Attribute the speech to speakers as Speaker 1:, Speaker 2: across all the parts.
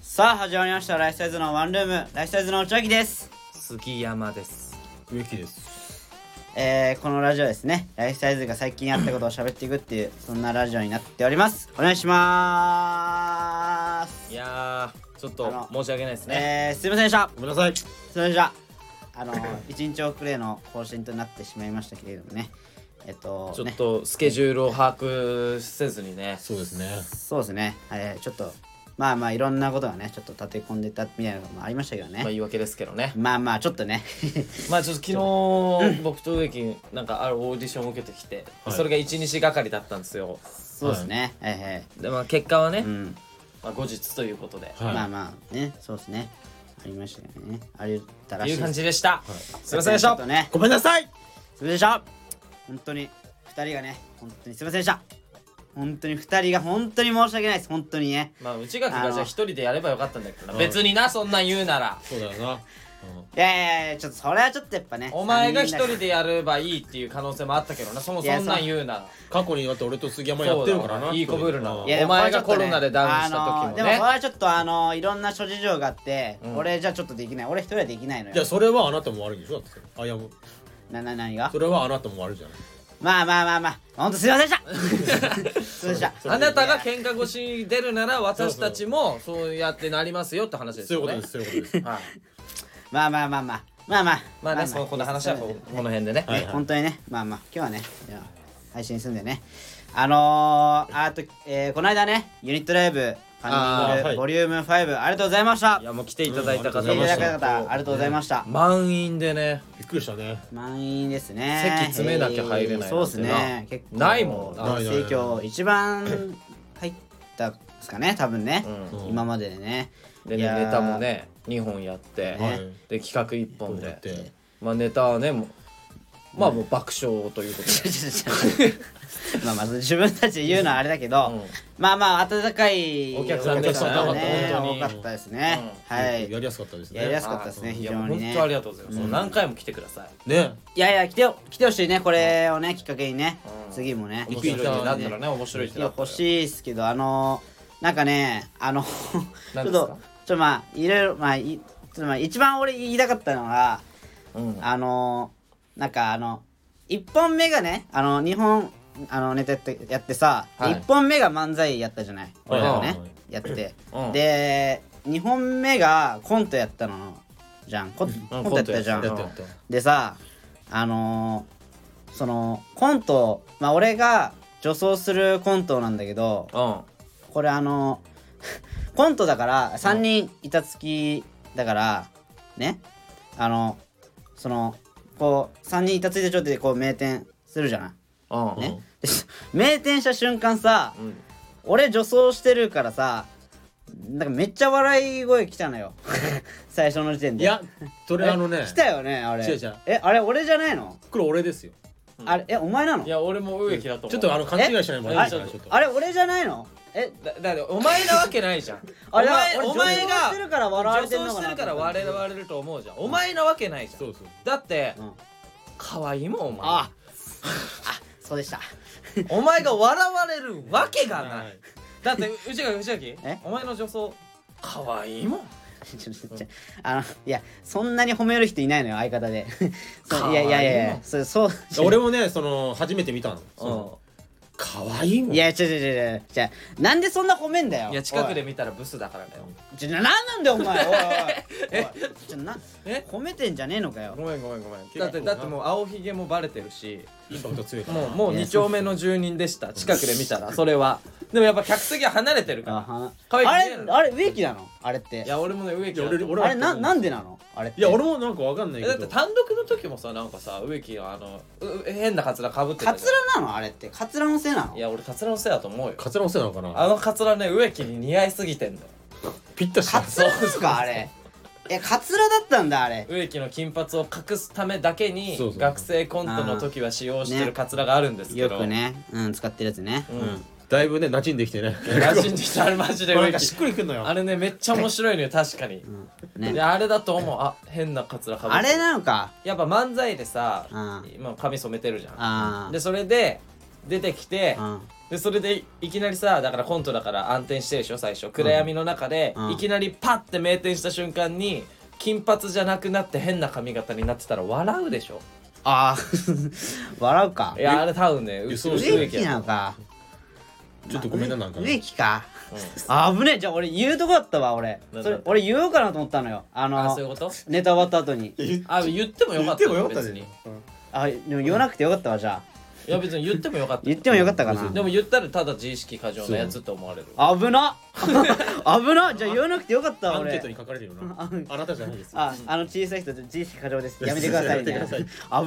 Speaker 1: さあ始まりましたライフサイズのワンルームライフサイズのおちゃきです、
Speaker 2: 杉山です
Speaker 3: 植木です
Speaker 1: えー、このラジオですねライフサイズが最近あったことを喋っていくっていうそんなラジオになっておりますお願いしまーす
Speaker 2: いやーちょっ
Speaker 1: あ
Speaker 2: と
Speaker 1: の
Speaker 2: 申し訳ないですね
Speaker 1: えー、すいませんでした
Speaker 3: ごめんなさい
Speaker 1: それじゃああの一日遅れの更新となってしまいましたけれどもねえっと
Speaker 2: ちょっ
Speaker 1: ね
Speaker 2: とスケジュールを把握せずにね
Speaker 3: そうですね
Speaker 1: そうですね、えー、ちょっとまあまあいろんなことがねちょっと立て込んでたみたいなのもありましたけど
Speaker 2: まあ
Speaker 1: ね
Speaker 2: 言い訳ですけどね
Speaker 1: まあまあちょっとね
Speaker 2: まあちょっと昨日僕と植木なんかあるオーディションを受けてきて
Speaker 3: はい
Speaker 2: それが1日がかりだったんですよ
Speaker 1: そうですね、ええ
Speaker 2: でまあ結果はね
Speaker 1: ーうん
Speaker 2: まあ後日ということで
Speaker 3: はい
Speaker 1: まあまあねそうですねありましたよねありたらし
Speaker 2: い
Speaker 1: いう
Speaker 2: 感じでしたすいませんでし
Speaker 1: ちょ
Speaker 2: た
Speaker 1: っとね
Speaker 3: ごめんなさい
Speaker 1: すいませんでした本当に二人がね本当にすいませんでした本当に二人が本当に申し訳ないです本当にね
Speaker 2: まあ内垣がじゃあ一人でやればよかったんだけどな
Speaker 3: あの
Speaker 2: 別になそんなん言うなら
Speaker 3: そうだよな、
Speaker 1: いやいやいやちょっとそれはちょっとやっぱね
Speaker 2: お前が一
Speaker 1: 三
Speaker 2: 人
Speaker 1: 人だ
Speaker 2: でやればいいっていう可能性もあったけどなそも
Speaker 1: い
Speaker 2: そ
Speaker 1: や
Speaker 2: んなん言うなら
Speaker 3: 過去にだって俺と杉山や
Speaker 2: そ
Speaker 3: っ
Speaker 2: う
Speaker 3: て
Speaker 2: だ
Speaker 3: るからない
Speaker 2: い子ぶるな
Speaker 3: うん
Speaker 1: いやでも
Speaker 2: お前が
Speaker 1: これちょっとね
Speaker 2: コロナでダウンした時もね
Speaker 1: あのでもこれはちょっとあのいろんな諸事情があって、
Speaker 2: うん
Speaker 1: 俺じゃちょっとできない俺一人はできないのよ
Speaker 3: いやそれはあなたも悪いでしょだってそれあいやもう
Speaker 1: なな何が
Speaker 3: それはあなたも悪いじゃない
Speaker 1: まあまあまあまあ本当すいませんで したすいませんでした
Speaker 2: あなたが喧嘩腰に出るなら私たちもそうやってなりますよって話です
Speaker 3: そういう
Speaker 2: よね
Speaker 3: ことです。そういうことです。
Speaker 2: はい
Speaker 1: まあまあまあまあまあまあ
Speaker 2: まあね、そのこの話はこ
Speaker 1: ね
Speaker 2: この辺でね。
Speaker 3: はいはい
Speaker 1: 本当にねまあまあ今日はねいや配信するんでねあのー、あと、えーこの間ねユニットライブカンニン
Speaker 3: あー
Speaker 1: グ
Speaker 3: はい
Speaker 1: ボリューム5ありがとうございました
Speaker 2: いやもう来ていただいた方
Speaker 3: う
Speaker 1: 来てい
Speaker 3: ん
Speaker 1: ただい
Speaker 3: が
Speaker 1: た方ありがとうございました、
Speaker 2: 満員でね、
Speaker 3: びっくりしたね。
Speaker 1: 満員ですね
Speaker 2: 席詰めなきゃ入れない
Speaker 1: そうです
Speaker 2: なん
Speaker 1: ね
Speaker 2: てな
Speaker 1: 結構
Speaker 2: ないもんな
Speaker 3: ないない
Speaker 1: 盛況一番入ったっすかね多分ね、
Speaker 3: うん
Speaker 1: 今まででね
Speaker 2: で
Speaker 1: い
Speaker 2: ね
Speaker 1: やー
Speaker 2: ネタもね2本やっ
Speaker 1: ね
Speaker 2: て、
Speaker 3: はい。
Speaker 2: で企画1本
Speaker 3: やっ
Speaker 2: で、
Speaker 3: て。
Speaker 2: まあネタはねもうまあもう爆笑ということで。
Speaker 1: ちょちょちょ まあまず自分たちで言うのはあれだけど、
Speaker 2: うん
Speaker 1: まあまあ温かい
Speaker 2: お客さんでしたね
Speaker 1: お客様がね
Speaker 2: 本当に
Speaker 1: 多かったですね、
Speaker 3: うん
Speaker 1: はい
Speaker 3: やりやすかったですね。
Speaker 1: やりやすかったですね
Speaker 2: はい
Speaker 1: 非常にね
Speaker 2: いや本当ありがとうございます。もう何回も来てください。
Speaker 3: ね。
Speaker 1: いやいや来てよ来てほしいねこれをねきっかけにね、
Speaker 2: うん
Speaker 1: 次もね
Speaker 2: 面白いってなったらね、面白いって
Speaker 1: い
Speaker 2: な
Speaker 1: や
Speaker 2: ったら
Speaker 1: 欲。しいですけどあのなんかねあのちょっ
Speaker 2: 何
Speaker 1: と
Speaker 2: ですか
Speaker 1: ちょっとまあいろいろまあいちょっとまあ一番俺言いたかったのが
Speaker 2: うん
Speaker 1: あのなんかあの1本目がねあの2本あのネタやってやってさ、
Speaker 2: はい
Speaker 1: 一1本目が漫才やったじゃない
Speaker 3: はい
Speaker 1: 俺らがね、
Speaker 3: はい
Speaker 1: やって、
Speaker 2: うん
Speaker 1: で2本目がコントやったのじゃんコ,、コントやったじゃ
Speaker 3: や
Speaker 1: ん
Speaker 3: っ
Speaker 2: コ
Speaker 3: た
Speaker 2: ン
Speaker 3: や
Speaker 2: ト
Speaker 3: った。
Speaker 1: でさあのーそのコントまあ俺が女装するコントなんだけど
Speaker 2: うん。
Speaker 1: これあの コントだから3人板付きだからねあのそのこう3人板付いた状態でこう名店するじゃない。
Speaker 2: うん。
Speaker 1: ね、で 名店した瞬間さ
Speaker 2: うん。
Speaker 1: 俺女装してるからさなんかめっちゃ笑い声来たの よ最初の時点
Speaker 3: い
Speaker 1: で
Speaker 3: や、それ
Speaker 1: え
Speaker 3: あのね
Speaker 1: 来、たよねあれ
Speaker 3: 違う違う
Speaker 1: えあれ俺じゃないの
Speaker 3: これ俺ですよ。
Speaker 2: うん
Speaker 1: あれえお前なの
Speaker 2: いや俺も植木だと思う
Speaker 3: ちょっとあの勘違いしないでもらえないかな
Speaker 2: え
Speaker 3: ちょっと。
Speaker 1: あれ俺じゃないのえ
Speaker 2: だだってお前なわけないじゃん お
Speaker 1: あれ
Speaker 2: 前
Speaker 1: 俺
Speaker 2: お前
Speaker 1: 女装してる
Speaker 2: が
Speaker 1: から笑われてる
Speaker 2: 女
Speaker 1: の
Speaker 2: 装
Speaker 1: かな
Speaker 2: してるから笑われると思うじゃんお前なわけないじゃ
Speaker 3: そ
Speaker 2: ん
Speaker 3: うそう。
Speaker 2: だって
Speaker 1: うん
Speaker 2: 可愛いもんお前
Speaker 1: あ あそうでした
Speaker 2: お前が笑われるわけがな
Speaker 3: はい
Speaker 2: だってうちがうちがき
Speaker 1: え
Speaker 2: お前の女装可愛いもん
Speaker 1: ちょちょちょあのいやそんなに褒める人いないのよ相方で そういやいやいやい
Speaker 2: かわいい
Speaker 1: や
Speaker 2: の
Speaker 1: そうそう
Speaker 3: いや俺もね、その初めて見たのその。可愛いもん。
Speaker 1: いや違う違う違う違うじゃなんでそんな褒めんだよ
Speaker 2: うんいや近くで
Speaker 1: おい
Speaker 2: 見たらブスだからだよ
Speaker 1: ちょなんなんだよお前おいおい おいおいちょな
Speaker 2: え
Speaker 1: 褒めてんじゃねえのかよ
Speaker 2: ごめんごめんごめん
Speaker 3: 結構
Speaker 2: だってだって
Speaker 3: な
Speaker 2: もう青ひげもバレてるし
Speaker 3: インパクト強いから。
Speaker 2: もうもう
Speaker 1: いや
Speaker 2: 2丁目の住人でした近くで見たらそれはでもやっぱ客席は離れてるから
Speaker 1: あ
Speaker 2: 可愛い
Speaker 1: はあ
Speaker 2: 見える
Speaker 1: れ
Speaker 2: の
Speaker 1: あれ植木なのあれって
Speaker 2: いや俺もね植木
Speaker 3: いや俺俺
Speaker 1: あ
Speaker 3: は
Speaker 1: れななんでなのあれって
Speaker 3: いや俺もなんかわかんない
Speaker 2: え
Speaker 3: け
Speaker 2: だっ
Speaker 3: ど
Speaker 2: て単独の時もさなんかさ植木があのうう変なカツラかぶって
Speaker 1: カ
Speaker 2: た
Speaker 1: ツ
Speaker 2: じゃん
Speaker 1: ラなのあれってカツラのせいなの
Speaker 2: いや俺カツラのせいだと思うよ
Speaker 3: カツラのせいなのかな
Speaker 2: あのカツラね植木に似合いすぎてんだよ
Speaker 3: ぴったし
Speaker 1: カツラですかあれえカツラだったんだあれ
Speaker 2: 植木の金髪を隠すためだけに
Speaker 3: そうそう
Speaker 2: 学生コントの時は使用して
Speaker 1: あーね
Speaker 2: るカツラがあるんですけ
Speaker 1: よ
Speaker 2: ど
Speaker 1: くねうん使ってるやつね
Speaker 2: うん
Speaker 3: だいぶね馴染んできてね
Speaker 2: 馴染んできたあれマジで
Speaker 3: なん
Speaker 2: 植
Speaker 3: かし
Speaker 2: 木
Speaker 3: っくりくんのよ
Speaker 2: あれねめっちゃ面白いのよ確かに
Speaker 1: うん
Speaker 2: い
Speaker 1: ね
Speaker 2: やあれだと思うあ変なカツラかぶって
Speaker 1: あれなのか
Speaker 2: やっぱ漫才でさ
Speaker 1: うん
Speaker 2: 今髪染めてるじゃん
Speaker 1: ああ
Speaker 2: でそれで出てきて
Speaker 1: うん
Speaker 2: でそれでいきなりさだからコントだから暗転してるでしょ最初暗闇の中で、
Speaker 1: うん
Speaker 2: いきなりパッて明転した瞬間に金髪じゃなくなって変な髪型になってたら笑うでしょ
Speaker 1: あー 笑うか
Speaker 2: いやあれ多分ねう
Speaker 3: 予
Speaker 2: ち
Speaker 3: 想
Speaker 2: の
Speaker 3: して
Speaker 2: 植
Speaker 1: 植
Speaker 2: 木
Speaker 1: 木な
Speaker 2: や
Speaker 1: のか
Speaker 3: ちょっとごめんななんかね
Speaker 1: 植木か、あ危ねえじゃあ俺言うとこだったわ俺
Speaker 2: なんだ
Speaker 1: それ俺言おうかなと思ったのよあの
Speaker 2: あそういうこと
Speaker 1: ネタ終わった後に
Speaker 3: 言っ
Speaker 2: あ言ってもよかった
Speaker 3: てもよかった
Speaker 2: 別
Speaker 3: で
Speaker 2: に
Speaker 3: し
Speaker 2: い
Speaker 1: あでも言わなくてよかったわじゃあ
Speaker 2: や別に言ってもよかった
Speaker 1: 言ってもよかったかな
Speaker 2: でも言ったらただ自意識過剰なやつって思われる
Speaker 1: 危な 危なじゃあ言わなくてよかった
Speaker 3: ア
Speaker 1: わ
Speaker 3: ンケ
Speaker 1: 俺
Speaker 3: ートに書かれてるよ
Speaker 1: あ
Speaker 3: なあなたじゃないです
Speaker 1: ああの小さい人自意識過剰ですやめてくださいね
Speaker 3: やめてく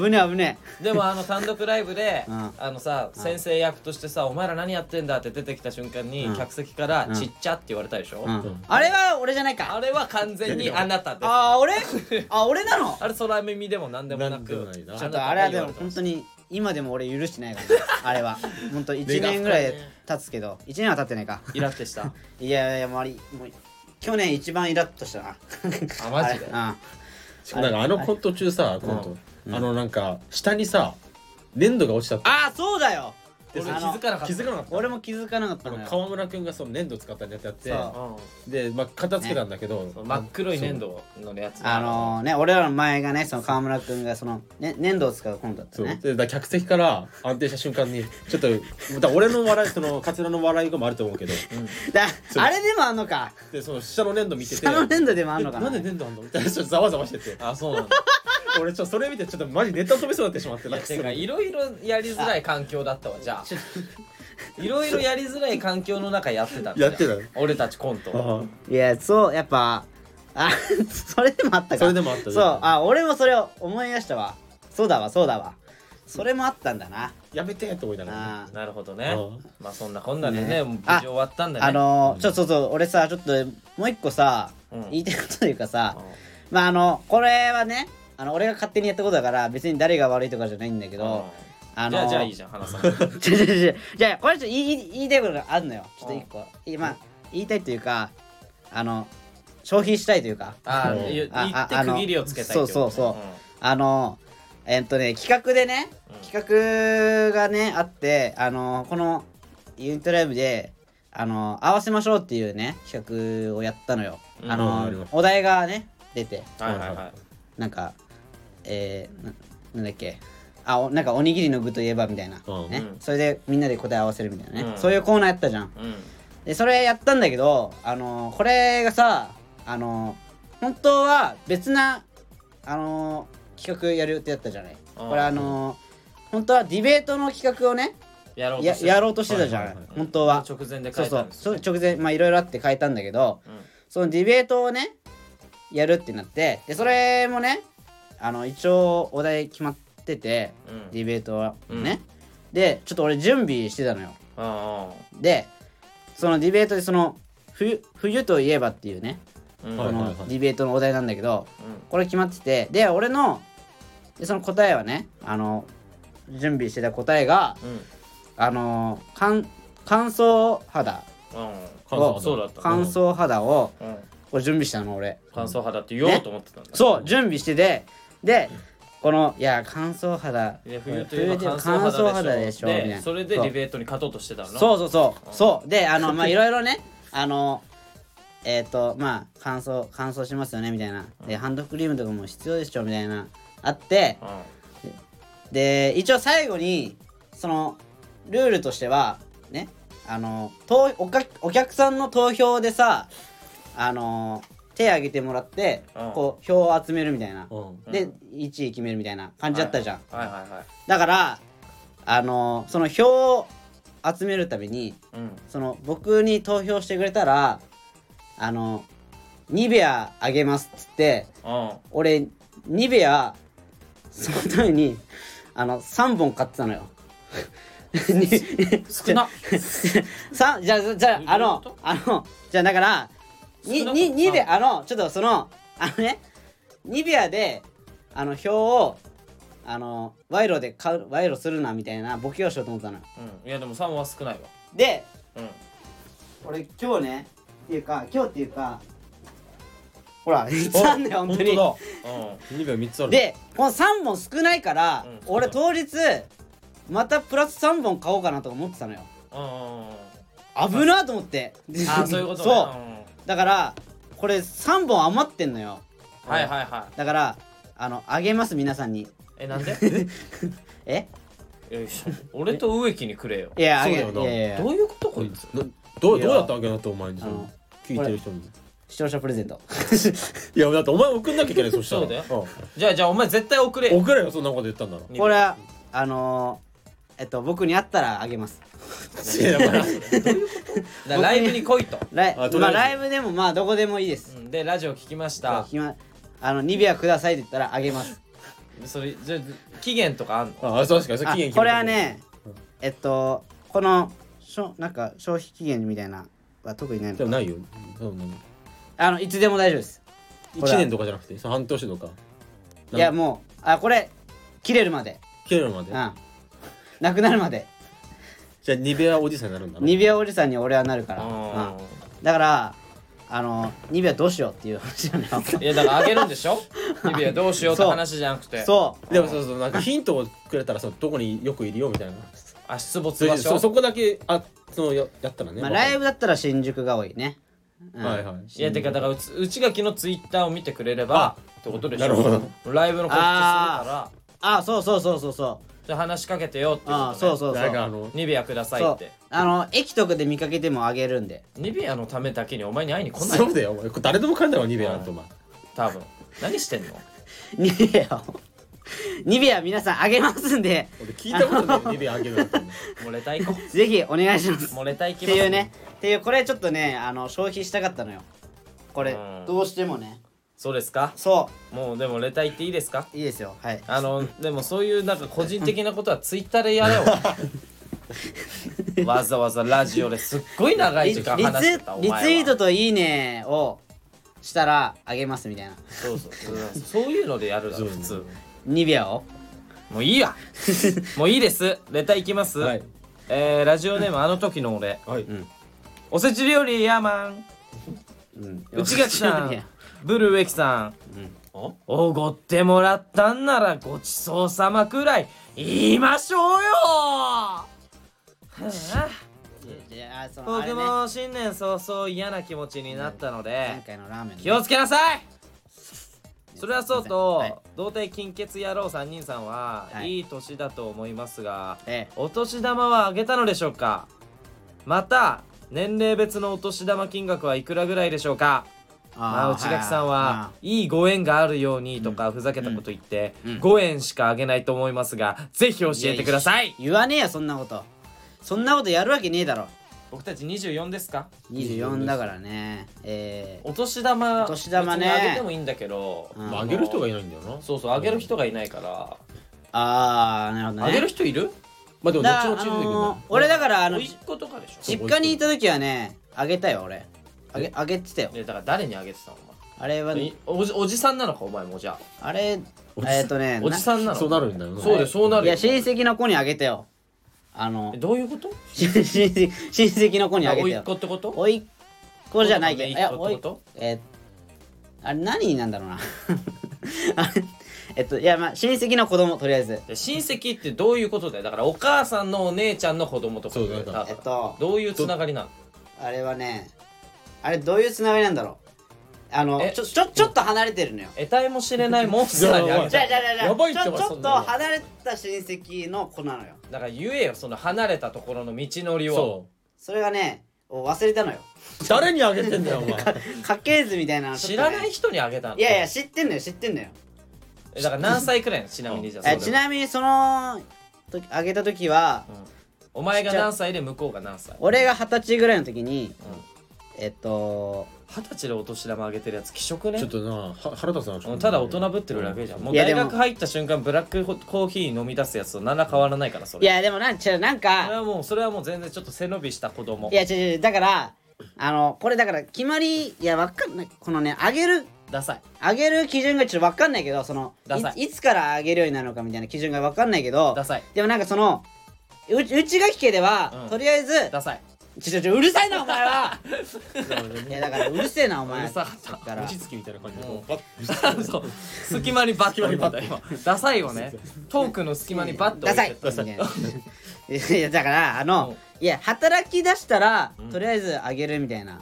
Speaker 1: 危ねえ危ね
Speaker 2: でもあの単独ライブで、
Speaker 1: うん
Speaker 2: あのさ先生役としてさ「お前ら何やってんだ」って出てきた瞬間に、
Speaker 1: うん
Speaker 2: 客席から
Speaker 1: うん
Speaker 2: 「ちっちゃ」って言われたでしょ、
Speaker 1: え、うん、あれは俺じゃない
Speaker 2: あ
Speaker 1: か
Speaker 2: れは完全にあなたですあ
Speaker 1: あー俺あ俺なの
Speaker 2: れ空耳でも何でもな
Speaker 3: なん
Speaker 2: く
Speaker 3: でもないな
Speaker 1: ちょっとあれはでも本
Speaker 2: に
Speaker 1: 当に今でも俺許してないからねあれは本当1年ぐらい経つけど1年は経ってないか
Speaker 2: イラってした
Speaker 1: いやいやいやもうありもう去年一番イラッとしたな
Speaker 2: あマジで
Speaker 1: あ
Speaker 3: しかもなんかあのコント中さコントあのなんか下にさ粘土が落ちたって
Speaker 1: あーそうだよ
Speaker 2: 俺気
Speaker 1: あの
Speaker 2: づかなかった
Speaker 3: 気づかなかった
Speaker 1: 俺も気づかなかっ
Speaker 3: あ
Speaker 1: たの
Speaker 3: の
Speaker 1: よ
Speaker 3: 川村くんがその粘土使ったやつやって
Speaker 1: そ
Speaker 3: でまあ片付けたんだけど
Speaker 2: うん真っ黒い粘土のやつ
Speaker 1: あのね俺らの前がねその川村君がその、ね、粘土を使うコントだった
Speaker 3: そう
Speaker 1: ね
Speaker 3: でだから客席から安定した瞬間にちょっとだから俺の笑いそのカツラの笑い声もあると思うけど
Speaker 1: だ
Speaker 3: そう
Speaker 1: あれでもあんのか
Speaker 3: でその下の粘土見てて
Speaker 1: 下の粘土でもあんの
Speaker 3: え
Speaker 1: か
Speaker 3: な
Speaker 1: なん
Speaker 3: で粘土あんのみたいなちょっとざわざわしてて
Speaker 2: あそうなんだ
Speaker 3: 俺ちょっとそれ見てちょっとマジネタ飛びそうになってしまってなんか
Speaker 2: てかいろいろやりづらい環境だったわじゃあいろいろやりづらい環境の中やってたんだ
Speaker 3: やってたよ
Speaker 2: 俺たちコント
Speaker 3: あ
Speaker 1: いやそうやっぱあ それでもあったか
Speaker 3: それでもあった
Speaker 1: そうあ俺もそれを思い出したわそうだわそうだわそれもあったんだな
Speaker 3: やめてと思いながら
Speaker 1: あー
Speaker 2: なるほどね
Speaker 3: うん
Speaker 2: まあそんなこんなで
Speaker 1: ね
Speaker 2: ねもう無事終わったんだね
Speaker 1: あのーちょっとそうそう俺さちょっともう一個さ、
Speaker 2: うん
Speaker 1: 言いたいことというかさ、
Speaker 2: う
Speaker 1: まああのこれはねあの俺が勝手にやったことだから別に誰が悪いとかじゃないんだけ
Speaker 2: ん
Speaker 1: ど、あの
Speaker 2: じゃあじゃあいい
Speaker 1: じ
Speaker 2: じゃん花さん うん
Speaker 1: ゃんじゃあじゃあじゃあこれちょっと言い言いたいことがあるのよちょっと一個今、まあ言いたいというかあの消費したいというか
Speaker 2: あ
Speaker 3: うん
Speaker 2: 言
Speaker 1: ああ
Speaker 2: って区切りをつけたいってことね
Speaker 1: そうそうそあのえっとね企画でね
Speaker 2: うん
Speaker 1: 企画がねあってあのこのユニットライブであの合わせましょうっていうね企画をやったのよ、
Speaker 2: うん
Speaker 1: あ
Speaker 3: うん
Speaker 1: の
Speaker 3: あります
Speaker 1: お題がね出て
Speaker 2: うんはいはいはい
Speaker 1: なんかえー、ななんだっけあおなんかおにぎりの具といえばみたいな、
Speaker 3: うん
Speaker 1: ね
Speaker 2: うん
Speaker 1: それでみんなで答え合わせるみたいなね、
Speaker 2: うん
Speaker 1: そういうコーナーやったじゃん
Speaker 2: うん
Speaker 1: でそれやったんだけどあのこれがさあの本当は別なあの企画やる予定だったじゃない
Speaker 2: あー
Speaker 1: これあの本当はディベートの企画をね
Speaker 2: やろうと
Speaker 1: や
Speaker 2: して
Speaker 1: やろうとしてたじゃない、
Speaker 3: はいはいはい
Speaker 1: 本当は、
Speaker 2: 直前で
Speaker 1: そ
Speaker 2: 変
Speaker 1: う
Speaker 2: え
Speaker 1: そ
Speaker 2: た
Speaker 1: うん
Speaker 2: です
Speaker 1: そ
Speaker 2: よ
Speaker 1: う
Speaker 2: ね
Speaker 1: 直前まあいろいろあって変えたんだけど
Speaker 2: うん
Speaker 1: そのディベートをねやるってなってでそれもねあの一応お題決まってて、
Speaker 2: うん
Speaker 1: ディベートはね、でちょっと俺準備してたのよ
Speaker 2: あ
Speaker 1: でそのディベートでその冬冬といえばっていうね
Speaker 2: あうん
Speaker 3: は
Speaker 1: こ
Speaker 3: い
Speaker 1: のディベートのお題なんだけど
Speaker 2: うん
Speaker 1: これ決まっててで俺のでその答えはねあの準備してた答えが
Speaker 2: うん
Speaker 1: あの乾乾燥肌
Speaker 2: うん
Speaker 3: 乾燥肌
Speaker 2: そうだった
Speaker 1: 乾燥肌を
Speaker 2: うん
Speaker 1: これ準備したの俺
Speaker 2: 乾燥肌って言おうと思ってたんだ
Speaker 1: そう準備しててでこのいや乾燥肌
Speaker 2: で冬といえば
Speaker 1: 冬
Speaker 2: 乾
Speaker 1: と
Speaker 2: 燥肌で
Speaker 1: で
Speaker 2: し
Speaker 1: し
Speaker 2: ょ
Speaker 1: ょみたいな
Speaker 2: それでディベートに勝とうとしてたの
Speaker 1: そうそうそうそうであの まあいろいろねあのえっ、とまあ乾燥乾燥しますよねみたいなでハンドクリームとかも必要でしょみたいなあって
Speaker 2: うん
Speaker 1: で一応最後にそのルールとしてはねあの投おかお客さんの投票でさあの手挙げてもらって
Speaker 2: うん
Speaker 1: こう票を集めるみたいな
Speaker 3: うん
Speaker 1: で1位決めるみたいな感じだったじゃん
Speaker 2: はいはいはい
Speaker 1: だからあのその票を集めるために
Speaker 2: うん
Speaker 1: その僕に投票してくれたらあのニベアあげますっつって
Speaker 2: うん
Speaker 1: 俺ニベアそのためにあの3本買ってたの よ。に
Speaker 2: 少な
Speaker 1: さじゃあじゃああの
Speaker 2: どういうこ
Speaker 1: あのじゃあだからに
Speaker 2: 少なかった
Speaker 1: にニベアあのちょっとそのあのねニベアであの票をあの賄賂で買う賄賂するなみたいなボケをしようと思ったのよ。
Speaker 2: うんいやでも3は少ないわ
Speaker 1: で
Speaker 2: うん
Speaker 1: 俺今日ねっていうか今日っていうかほら言ったんだよ本当に
Speaker 3: 本
Speaker 2: うん
Speaker 3: 当だ2秒3つある
Speaker 1: でこの3本少ないから、
Speaker 2: うん
Speaker 1: 俺当日またプラス3本買おうかなとか思ってたのよ
Speaker 2: う
Speaker 1: 危なと思って
Speaker 2: ああそういうこと ね
Speaker 1: そうだからこれ3本余ってんのよ
Speaker 2: うんはいはいは
Speaker 1: だからあのあげます皆さんに
Speaker 2: いえなんで
Speaker 1: え
Speaker 2: よいしょ俺と植木にくれよ
Speaker 1: いやあ
Speaker 3: そう
Speaker 1: げ
Speaker 3: だよない
Speaker 1: やいや
Speaker 2: どういうことこいつ
Speaker 3: などう
Speaker 1: い
Speaker 3: ど
Speaker 1: や
Speaker 3: うだったわけだとお前に
Speaker 1: あの
Speaker 3: 聞いてる人に
Speaker 1: 視聴者プレゼント
Speaker 3: いやだってお前送んなきゃいけないそしたら
Speaker 2: そうだよじゃあじゃあお前絶対遅れ
Speaker 3: うん
Speaker 2: よ
Speaker 3: 送れよそんなこと言ったんだろ
Speaker 1: これはあのーえっと僕に会ったらあげます
Speaker 3: いやだから
Speaker 2: だからライブに来いと
Speaker 1: ライ,、
Speaker 3: あとり
Speaker 1: ま
Speaker 3: あ
Speaker 1: あ、ラ
Speaker 3: えず
Speaker 1: イブでもまあどこでもいいです
Speaker 2: うんでラジオ聞きました
Speaker 1: 暇あのニベアくださいって言ったらあげます
Speaker 2: それじゃあ期限とかあんの
Speaker 3: ああ確かにそれ
Speaker 1: あ
Speaker 3: 期限決めてる
Speaker 1: これはねえっとこのしょなんか消費期限みたいなは特にないの
Speaker 3: で
Speaker 1: か
Speaker 3: も
Speaker 1: な
Speaker 3: ないようんうん
Speaker 1: あのいつでも大丈夫ですこれ
Speaker 3: 一年とかじゃなくてその半年とか
Speaker 1: いや
Speaker 3: なんか
Speaker 1: もうあこれ切れるまで
Speaker 3: 切れるまで
Speaker 1: うんなくなるまで
Speaker 3: じゃあニベアおじさんになるんだな
Speaker 1: ニベアおじさんに俺はなるから、うん
Speaker 2: う
Speaker 1: だからあのニベアどうしようっていう話なのよ
Speaker 2: んいやだからあげるんでし ょ指輪どうしようって
Speaker 1: そう
Speaker 2: 話じゃなくて
Speaker 1: そう
Speaker 3: でもそうそうなんかヒントをくれたらさどこによくいるよみたいな
Speaker 2: あ出没
Speaker 3: そ
Speaker 2: 場
Speaker 3: れそ
Speaker 2: 所
Speaker 3: そこだけあそのややったらね
Speaker 1: まあ、
Speaker 3: わか
Speaker 1: ライ
Speaker 3: る
Speaker 1: ブだったら新宿が多いね、うん
Speaker 3: はいはい
Speaker 2: いやてかだからうち内垣のツイッターを見てくれればってことでしょ
Speaker 3: なるほど
Speaker 2: ライブの告知するか
Speaker 1: あそうそうそうそうそう
Speaker 2: らじゃあ話しかけてよってこと、ね、
Speaker 1: あそうそうそう
Speaker 3: なんかあの
Speaker 2: ニベアください
Speaker 1: そ
Speaker 2: っ
Speaker 1: う
Speaker 2: て
Speaker 1: あの駅とかで見かけてもあげるんで
Speaker 2: ニベアのためだけにお前に会いに来ない
Speaker 3: そうだよお前これ誰でも買えないわニベアなんてお前
Speaker 2: 多分何してんの
Speaker 1: ニ ベアをニベア皆さんあげますんで
Speaker 3: 俺聞いたことないよニベアあげるなんて
Speaker 2: 漏れたいこ
Speaker 1: ぜひお願いします
Speaker 2: 漏れたい
Speaker 1: って
Speaker 2: きます
Speaker 1: いうねっていうこれちょっとねあの消費したかったのよこれ
Speaker 2: うん
Speaker 1: どうしてもね
Speaker 2: そうですか
Speaker 1: そ
Speaker 2: もうでも漏れたいっていいですか
Speaker 1: ういいですよはい
Speaker 2: あのでもそういうなんか個人的なことはツイッターで やれよわざわざラジオですっごい長い時間
Speaker 1: リ
Speaker 2: 話して
Speaker 1: ツ
Speaker 2: たお
Speaker 1: リ
Speaker 2: 前は
Speaker 1: ツイートといいねをしたらあげますみたいな
Speaker 2: そうそうそうそういうのでやるだろ普通
Speaker 1: ニベアを
Speaker 2: もうい いやもういいですレターいきます、
Speaker 3: はい
Speaker 2: えーラジオネームあの時の俺
Speaker 3: はい、
Speaker 2: おせち料理ヤーマン
Speaker 1: うん
Speaker 2: 内垣さ
Speaker 1: いや
Speaker 2: んブル植木さん
Speaker 3: あ
Speaker 2: おごってもらったんならごちそうさまくらい言いましょうよはあ
Speaker 1: いやそのあれ
Speaker 2: 僕
Speaker 1: ね
Speaker 2: も新年早々嫌な気持ちになったの
Speaker 1: 前
Speaker 2: で
Speaker 1: 回のラーメンね
Speaker 2: 気をつけなさいそれはそうと、
Speaker 1: はい
Speaker 2: 童貞金欠野郎3人さんは、
Speaker 1: はい
Speaker 2: い、い年だと思いますが
Speaker 1: え
Speaker 2: お年玉はあげたのでしょうかまた年齢別のお年玉金額はいくらぐらいでしょうか
Speaker 1: あー
Speaker 2: まあ、内垣さんは、いいご縁があるようにとかふざけたこと言って、
Speaker 1: うん
Speaker 2: ご縁しかあげないと思いますが、ぜひ教えてください
Speaker 1: 言わねえよそんなことそんなことやるわけねえだろ
Speaker 2: 僕たち24ですか
Speaker 1: 24だからねえー
Speaker 2: お年玉、
Speaker 1: お年玉ね
Speaker 2: 別にあげてもいいんだけど、
Speaker 1: うん
Speaker 3: まあ、あげる人が
Speaker 2: い
Speaker 3: いないんだよな
Speaker 2: そうそう、あげる人がいないから、
Speaker 1: ああなるほどね
Speaker 2: あげる人いる
Speaker 3: まあでも
Speaker 1: だ
Speaker 3: 後々
Speaker 1: あ
Speaker 3: 出てくる
Speaker 1: の
Speaker 3: な
Speaker 1: ー俺だからあの
Speaker 2: おいっ子とかでしょ
Speaker 1: 実家にいた時はねあげたよ俺あげあげてたよ
Speaker 2: ねだから誰にあげてたの
Speaker 1: あれ
Speaker 2: お
Speaker 1: は
Speaker 2: 前おじおじさんなのかお前もじゃ
Speaker 1: あれ
Speaker 3: おじさん
Speaker 1: えっとね
Speaker 2: あおじさんなの
Speaker 3: そうなるんだよな
Speaker 2: そうですそうなる
Speaker 1: い
Speaker 2: よ
Speaker 1: や親戚の子にあげてよあの
Speaker 2: えどういうこと
Speaker 1: 親戚親戚の子にあげ
Speaker 2: お
Speaker 1: て
Speaker 2: いっ
Speaker 1: よ
Speaker 2: 子ってこと
Speaker 1: おいっ子じゃないけど
Speaker 2: おいっ
Speaker 1: い
Speaker 2: 子
Speaker 1: や
Speaker 2: と
Speaker 1: お
Speaker 2: 姪
Speaker 1: い
Speaker 2: っ子ってこ
Speaker 1: えーあれ何なんだろうな あれえっといやまあ親戚の子供とりあえず
Speaker 2: で親戚ってどういうことだよだからお母さんのお姉ちゃんの子供とか
Speaker 3: そうだか
Speaker 2: か
Speaker 3: ら
Speaker 2: ら
Speaker 1: えっと
Speaker 2: どういうつながりなの
Speaker 1: あれはねあれどういうつながりなんだろうあの
Speaker 2: え
Speaker 1: ちょちょちょっと離れてるのよ
Speaker 2: 得体も知れないモンスターにあげ
Speaker 1: じ
Speaker 2: た
Speaker 1: ゃあじゃあじゃあじゃあ
Speaker 3: やばいって
Speaker 1: ちょ
Speaker 3: ば
Speaker 1: ち
Speaker 3: そ
Speaker 1: ょっ
Speaker 3: ん
Speaker 1: と
Speaker 3: なの
Speaker 1: 離れた親戚の子なのよ
Speaker 2: だから言えよその離れたところの道のりを
Speaker 3: そ
Speaker 1: それがね忘れたのよ
Speaker 3: う誰にあげてんだよお前
Speaker 1: 家系図みたいなのちょ
Speaker 2: 知
Speaker 1: っと
Speaker 2: ら
Speaker 1: ね
Speaker 2: ない人にあげたの
Speaker 1: いやいや知ってんのよ知ってんのよ
Speaker 2: えだから何歳くらいなのちなみにじゃあ
Speaker 1: え
Speaker 2: そ
Speaker 1: ち
Speaker 2: れは
Speaker 1: なみにその時あげた時は
Speaker 2: うんお前が何歳で向こうが何歳
Speaker 1: 俺が二十歳ぐらいの時に
Speaker 2: うん
Speaker 1: えっと
Speaker 2: 二十歳でお年玉あげてるやつ気色ね
Speaker 3: ちょっとなは腹立つなちょっ
Speaker 2: う
Speaker 3: と
Speaker 2: んただ大人ぶってるだけじゃんもう
Speaker 1: いや
Speaker 2: 大
Speaker 1: でも
Speaker 2: 学入った瞬間ブラックコーヒー飲み出すやつと何ら変わらないからそ
Speaker 1: い
Speaker 2: れ
Speaker 1: やでもなんちゃなん
Speaker 2: それ
Speaker 1: か
Speaker 2: はもうそれはもう全然ちょっと背伸びした子供
Speaker 1: いや違う違うだからあのこれだから決まりいやわかんないこのねあげる
Speaker 2: ダサい
Speaker 1: あげる基準がちょっとわかんないけどその
Speaker 2: ダサい
Speaker 1: いいつからあげるようになるのかみたいな基準がわかんないけど
Speaker 2: ダサい
Speaker 1: でもなんかそのううちがき家では、
Speaker 2: うん
Speaker 1: とりあえず
Speaker 2: ダサい
Speaker 1: ちょちょうるさいなお前 はいやだからうるせえなお
Speaker 2: う
Speaker 1: 前
Speaker 2: るさかった
Speaker 1: だから
Speaker 3: 餅つきみたいな感じで
Speaker 2: うん
Speaker 3: バッ
Speaker 2: そう隙間にバッと入れた今ダサいよねトークの隙間にバッと
Speaker 1: ダ
Speaker 2: 入
Speaker 1: サ
Speaker 2: れ
Speaker 1: い
Speaker 2: て
Speaker 1: みたいないやだからあのいや働き出したら、
Speaker 2: うん
Speaker 1: とりあえずあげるみたいな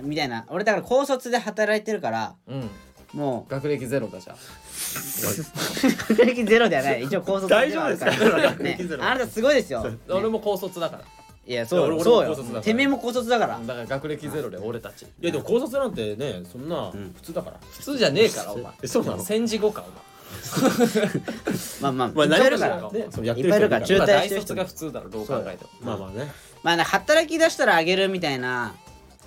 Speaker 1: みたいな俺だから高卒で働いてるから
Speaker 2: うん
Speaker 1: も
Speaker 2: 学歴ゼロかじゃあ
Speaker 1: う学歴ゼロではない一応高卒ではあるから
Speaker 3: 大丈夫ですか
Speaker 1: ね
Speaker 3: 学歴ゼロ
Speaker 1: あなたすごいですよ、ね
Speaker 2: 俺も高卒だから
Speaker 1: いやそう
Speaker 2: 俺
Speaker 1: よ
Speaker 2: も
Speaker 1: そう
Speaker 2: 高卒だか
Speaker 1: よ
Speaker 2: ら
Speaker 1: てめえも高卒だから、
Speaker 2: だから学歴ゼロで俺たち
Speaker 3: いやでも考察なんてねそんな
Speaker 1: うん
Speaker 3: 普通だから、
Speaker 2: 普通じゃねえからお前
Speaker 3: えそうなの
Speaker 2: 戦時後かお前
Speaker 1: まあまあ、
Speaker 3: まあ
Speaker 1: いっぱいいる
Speaker 3: 何も
Speaker 1: か
Speaker 3: し
Speaker 1: ら
Speaker 3: なねそうやっ
Speaker 1: い
Speaker 3: て
Speaker 1: っ
Speaker 3: る
Speaker 1: ぱいい
Speaker 3: 人
Speaker 1: るから中
Speaker 2: 今
Speaker 1: 退し
Speaker 2: 大
Speaker 1: てる人
Speaker 2: 卒
Speaker 1: も
Speaker 2: が普通だろどう考えても
Speaker 3: まあまあね
Speaker 1: まあなんか働き出したらあげるみたいな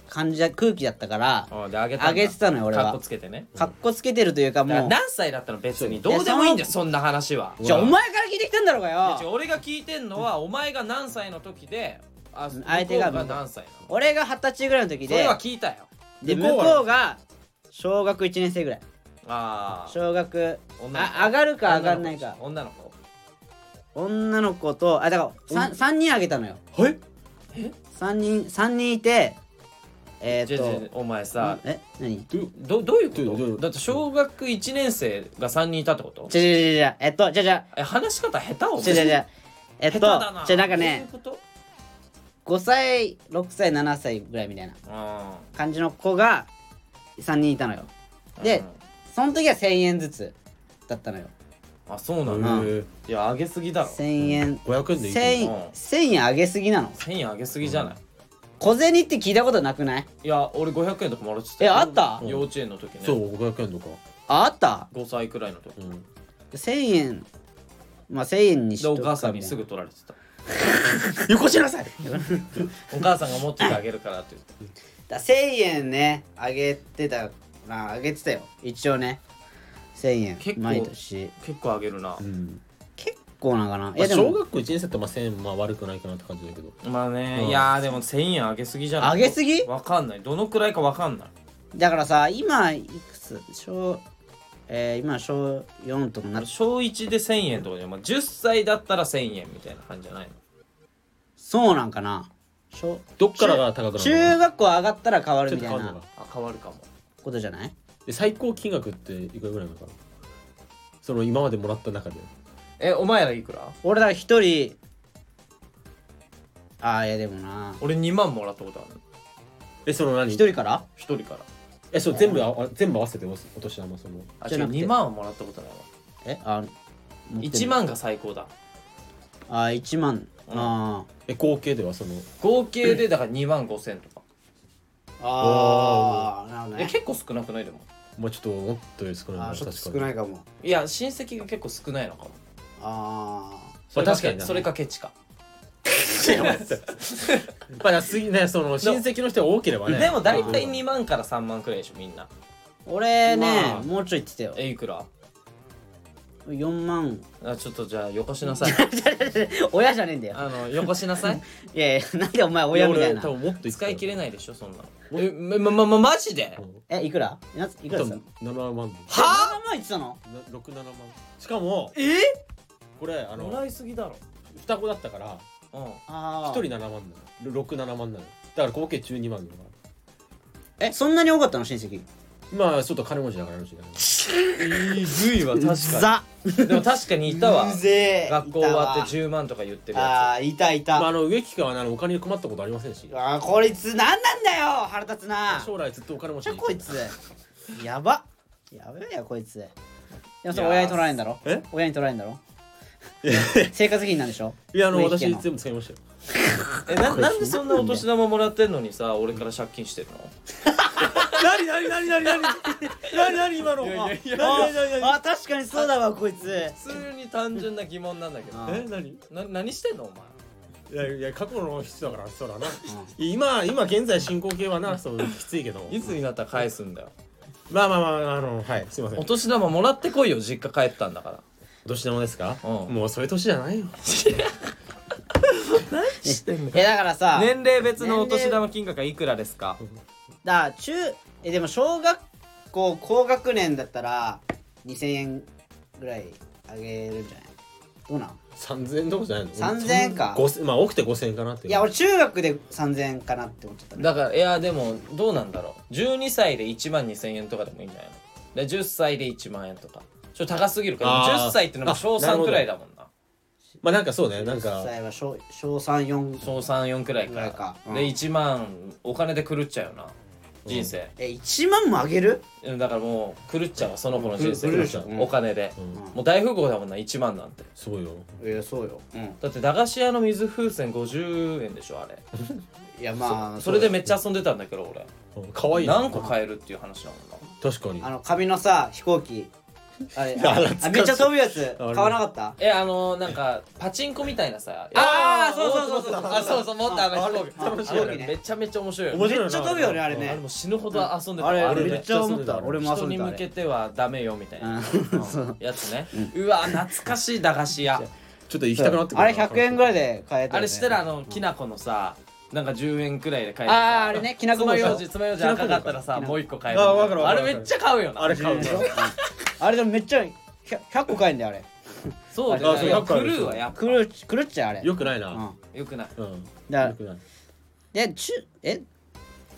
Speaker 1: 感じだ空気だったから
Speaker 2: ああであげたんだ
Speaker 1: あげてたのよ俺
Speaker 2: カッ
Speaker 1: は
Speaker 2: コつけてね
Speaker 1: かっこつけてるというか
Speaker 2: だか
Speaker 1: も
Speaker 2: ら
Speaker 1: う
Speaker 2: 何歳だったの別にどうでもいいんだよそんな話は
Speaker 1: じゃあお前から聞いてきたんだろうが
Speaker 2: いや違
Speaker 1: よ
Speaker 2: う俺が聞いてんのはお前が何歳の時であ
Speaker 1: 相手が
Speaker 2: 向こう何歳なの
Speaker 1: 俺が二十歳ぐらいの時
Speaker 2: それ
Speaker 1: で
Speaker 2: は聞いたよ
Speaker 1: で向
Speaker 3: 向
Speaker 1: こ
Speaker 3: こうは
Speaker 1: うが小学1年生ぐらい
Speaker 2: ああ
Speaker 1: 小学
Speaker 2: 女の子
Speaker 1: あ上がるか上がんないか
Speaker 2: 女の子
Speaker 1: 女の子とあだから3人あげたのよ
Speaker 3: はい
Speaker 1: 3人三人いてえ
Speaker 2: 女
Speaker 1: ーっ
Speaker 2: の子
Speaker 1: と
Speaker 2: お前さ
Speaker 1: え何
Speaker 2: どどういう
Speaker 3: どういうどうい
Speaker 2: こ
Speaker 3: う
Speaker 2: とだって小学1年生が3人いたってこと
Speaker 1: じゃじゃじゃじゃえっとじゃじゃ
Speaker 2: え話し方下手を
Speaker 1: じゃじゃじゃえっとじゃ
Speaker 2: な
Speaker 1: なんかね
Speaker 2: どういうこと
Speaker 1: 5歳6歳7歳ぐらいみたいな
Speaker 2: あ
Speaker 1: 感じの子が3人いたのよ
Speaker 2: ー
Speaker 1: で
Speaker 2: うん
Speaker 1: その時は1000円ずつだったのよ
Speaker 2: あそうな
Speaker 3: へ
Speaker 2: の
Speaker 1: ん
Speaker 3: え
Speaker 2: いや上げすぎだろ
Speaker 1: 1000円
Speaker 3: 500円でいい
Speaker 1: 1000
Speaker 3: け
Speaker 1: 円
Speaker 2: うん
Speaker 1: 1000円あげすぎなの
Speaker 2: 1000円上げすぎじゃない
Speaker 1: 小銭って聞いたことなくない
Speaker 2: いや俺500円とかもらってた
Speaker 1: え
Speaker 2: よ
Speaker 1: あった
Speaker 2: 幼稚園の時ね
Speaker 3: どそう500円とか、
Speaker 1: ああった
Speaker 2: 5歳くらいの時
Speaker 3: うん、
Speaker 1: 1000円まあ1000円にし
Speaker 2: で
Speaker 1: と
Speaker 2: お
Speaker 1: く
Speaker 2: 母
Speaker 1: か
Speaker 2: さんに
Speaker 1: みたい
Speaker 2: す
Speaker 1: な
Speaker 2: ぐ取られて た
Speaker 3: よこしなさい
Speaker 2: お母さんが持っててあげるからって言って
Speaker 1: だ1000円ねあげてたまああげてたよ一応ね1000
Speaker 2: 結
Speaker 1: 円
Speaker 2: 構
Speaker 1: 毎年
Speaker 2: 結構あげるな
Speaker 3: うん
Speaker 1: 結構なのかない
Speaker 3: まあ
Speaker 1: やで
Speaker 3: 小
Speaker 1: も
Speaker 3: 学校1年生ってまあ1000円まあ悪くないかなって感じだけど
Speaker 2: まあね、
Speaker 3: うん
Speaker 2: いやーでも1000円上げすぎじゃない
Speaker 1: 上げすぎ
Speaker 2: わかんないどのくらいかわかんない
Speaker 1: だからさ今いくつ小えー今小4とかな
Speaker 2: 小1で1000円とかじゃんまあ、10歳だったら1000円みたいな感じじゃないの
Speaker 1: そうなんかな小
Speaker 3: どっからが高くなるの
Speaker 1: 中学校上がったら変わる
Speaker 3: ちょ
Speaker 1: み
Speaker 3: っと
Speaker 1: た
Speaker 3: 変わ
Speaker 1: い
Speaker 3: る
Speaker 1: な
Speaker 3: のか
Speaker 2: あ変わるかも
Speaker 1: ことじゃない
Speaker 3: で最高金額っていくらぐらいなのかなその今までもらった中で
Speaker 2: えお前らいくら
Speaker 1: 俺だから一人ああいやでもな
Speaker 2: 俺2万もらったことある
Speaker 3: えその何
Speaker 1: 一人から
Speaker 2: 1人から
Speaker 3: えそう全部ああ全部合わせておお年玉その
Speaker 2: あ
Speaker 1: じ
Speaker 2: 違
Speaker 1: ゃな
Speaker 2: う
Speaker 1: くて
Speaker 2: 2万はもらったことないわ
Speaker 1: えあ持ってる
Speaker 2: 1万が最高だ
Speaker 1: あー1万あ
Speaker 3: え合計ではその
Speaker 2: 合計でだから2万5千とか
Speaker 1: ーあーなるほど
Speaker 2: え
Speaker 1: ね
Speaker 2: 結構少なくないでも
Speaker 3: まあちょっともっと少ない
Speaker 1: あ
Speaker 3: な
Speaker 1: ーちょっと
Speaker 3: 確か
Speaker 1: 少
Speaker 3: に
Speaker 1: ないかも
Speaker 2: いや親戚が結構少ないのかも
Speaker 1: ああ
Speaker 2: それか
Speaker 3: 確かにな
Speaker 2: それかケチか
Speaker 3: まあだから次ねその親戚の人が多ければね
Speaker 2: でも大体2万から3万くらいでしょみんな
Speaker 1: 俺ね、
Speaker 2: まあ
Speaker 1: もうちょい言ってたよ
Speaker 2: えいくら
Speaker 1: 4万
Speaker 2: あちょっとじゃあよこしなさい
Speaker 1: 親じゃねえんだよ
Speaker 2: あのよこしなさ い
Speaker 1: いやいやなんでお前親みたい
Speaker 3: 俺多
Speaker 1: な
Speaker 3: 分もっと
Speaker 2: 使い切れ
Speaker 3: ない
Speaker 2: ないでしょそんなのえままままマジで
Speaker 1: えいくらなついくら
Speaker 3: 多
Speaker 1: です
Speaker 3: 分7万で
Speaker 1: はあ前言ってたの
Speaker 3: な67万しかも
Speaker 2: え
Speaker 3: これあ
Speaker 2: も
Speaker 3: の
Speaker 2: らいすぎだろ
Speaker 3: 双子だったから
Speaker 2: うん
Speaker 1: ああ
Speaker 3: 1人7万なの67万なのだから合計12万なの
Speaker 1: えそんなに多かったの親戚
Speaker 3: まあちょっと金持ちだからあるしね
Speaker 2: えぐいわ 確
Speaker 1: ザ
Speaker 2: にでも確かにいたわ
Speaker 1: うぜえ
Speaker 2: 学校終わって10万とか言って
Speaker 1: い
Speaker 2: る
Speaker 1: たわあ
Speaker 2: や
Speaker 1: あいたい
Speaker 3: まあ
Speaker 1: た
Speaker 3: あの植木はあのお金に困ったことありませんし
Speaker 1: あーこいつ何なんだよ腹立つな
Speaker 3: 将来ずっとお金持ち
Speaker 1: じゃ
Speaker 3: に
Speaker 1: こいつやばやべえよこいつでもそれ
Speaker 2: いやー
Speaker 1: 親に取られんだろ
Speaker 3: え
Speaker 1: 親に取られんだろ生活費なんでしょ
Speaker 3: いやあの
Speaker 1: 植木家
Speaker 3: 私
Speaker 1: の
Speaker 3: 全部使いましたよ
Speaker 2: つえななんでそんなお年玉もらってんのにさ俺から借金してるの
Speaker 3: なになになになになになになに今の
Speaker 2: いやいやいや
Speaker 3: なになになに
Speaker 1: あ確かにそうだわこいつ
Speaker 2: 普通に単純な疑問なんだけど
Speaker 1: あ
Speaker 3: え何
Speaker 2: な何してんのお前
Speaker 3: いやいや過去の人だからそらな今今現在進行形はなそうきついけど
Speaker 2: いつになったら返すんだよ
Speaker 3: まあまあまああのはいすいません
Speaker 2: お年玉もらってこいよ実家帰ったんだから
Speaker 3: お年玉ですか
Speaker 2: うん
Speaker 3: もうそういう年じゃないよ
Speaker 1: えだからさ
Speaker 2: 年齢別のお年玉金額はいくらですか
Speaker 1: だから中えでも小学校高学年だったら2000円ぐらいあげるんじゃないどうなん
Speaker 3: 3000円とかじゃないの
Speaker 1: 3000円か
Speaker 3: 5000まあ多くて5000円かなって
Speaker 1: いや俺中学で3000円かなって思っちゃったね
Speaker 2: だからいやでもどうなんだろう12歳で1万2000円とかでもいいんじゃないので10歳で1万円とかちょっと高すぎるから
Speaker 3: あー
Speaker 2: 10歳ってのも小
Speaker 3: あなる
Speaker 2: 3
Speaker 3: ほど
Speaker 2: くらいだもんな
Speaker 3: まあなんかそうねなん
Speaker 1: 実
Speaker 3: か
Speaker 1: 際は小小三四
Speaker 2: 小34くらい
Speaker 1: くらい
Speaker 2: か
Speaker 1: かうん
Speaker 2: で1万お金で狂っちゃうよな人生、
Speaker 1: え一万もあげる？
Speaker 2: うんだからもう狂っちゃうわその子の人生
Speaker 1: 狂っちゃう
Speaker 2: うんお金で、
Speaker 3: うん
Speaker 2: もう大富豪だもんな1万なんて
Speaker 3: すごいよ
Speaker 1: いやそうよ。うん。
Speaker 2: だって駄菓子屋の水風船50円でしょあれ
Speaker 1: いやまあ
Speaker 2: それで
Speaker 1: う
Speaker 2: めっちゃ遊んでたんだけど
Speaker 3: うん可愛
Speaker 2: 俺
Speaker 3: いな
Speaker 2: 何個買えるっていう話なのか
Speaker 3: 確かに
Speaker 1: あの紙のさ飛行機あれ
Speaker 3: いや
Speaker 1: あ
Speaker 3: 懐かしい
Speaker 1: めっちゃ飛ぶやつ
Speaker 3: あれ
Speaker 1: 買わなかった？
Speaker 2: えあのなんかパチンコみたいなさ
Speaker 1: あー
Speaker 2: そうそうそうそうあそうそう持ったあの飛行機
Speaker 1: あ
Speaker 2: 楽
Speaker 1: 楽
Speaker 2: し
Speaker 1: し
Speaker 2: い
Speaker 1: い
Speaker 2: よ
Speaker 1: よね
Speaker 2: ねめちゃめちゃ面白いよ
Speaker 1: め
Speaker 3: 面
Speaker 1: っ
Speaker 3: 白いよね
Speaker 1: ちゃ飛ぶよねあれ
Speaker 2: あれ
Speaker 1: ね
Speaker 2: も。う死ぬほど遊んでた
Speaker 1: あ
Speaker 2: あ
Speaker 1: れ
Speaker 2: れ
Speaker 1: めっ
Speaker 2: ね
Speaker 1: ちゃ思った。
Speaker 3: ね
Speaker 1: 俺も遊
Speaker 2: 人
Speaker 1: んで
Speaker 2: に
Speaker 1: たあ
Speaker 2: 向
Speaker 1: れ
Speaker 2: けてはダメよみたい
Speaker 1: う
Speaker 2: な
Speaker 1: んそう
Speaker 2: やつねうわ懐かしい駄菓子屋
Speaker 3: ちょっと行きたくなってくる
Speaker 1: あれ100円ぐらい
Speaker 3: で
Speaker 1: で買えたよね
Speaker 2: あれしたらあのきな粉のさなんか10円くらいで買えて
Speaker 1: あーあれねきなこ
Speaker 2: つま
Speaker 1: 餅
Speaker 2: ようじつまようじ赤かったら
Speaker 1: きな
Speaker 2: さ
Speaker 1: こ
Speaker 2: もう一個買える
Speaker 3: あーわかるわ
Speaker 2: あ
Speaker 3: かる
Speaker 2: れめっちゃ買うよな
Speaker 3: あれ買う
Speaker 1: でし
Speaker 3: の
Speaker 1: ょ あれでもめっちゃ100個買えんだよあれ。
Speaker 2: そうだよ
Speaker 3: あそ
Speaker 2: ね
Speaker 3: う
Speaker 2: いや
Speaker 3: 100買
Speaker 2: 狂
Speaker 3: うでしょ
Speaker 2: うわやっぱ
Speaker 1: くるくるっちゃうあれ。。
Speaker 3: よくないうなん
Speaker 2: よくない
Speaker 3: うん
Speaker 1: だから
Speaker 3: よくない
Speaker 1: で中え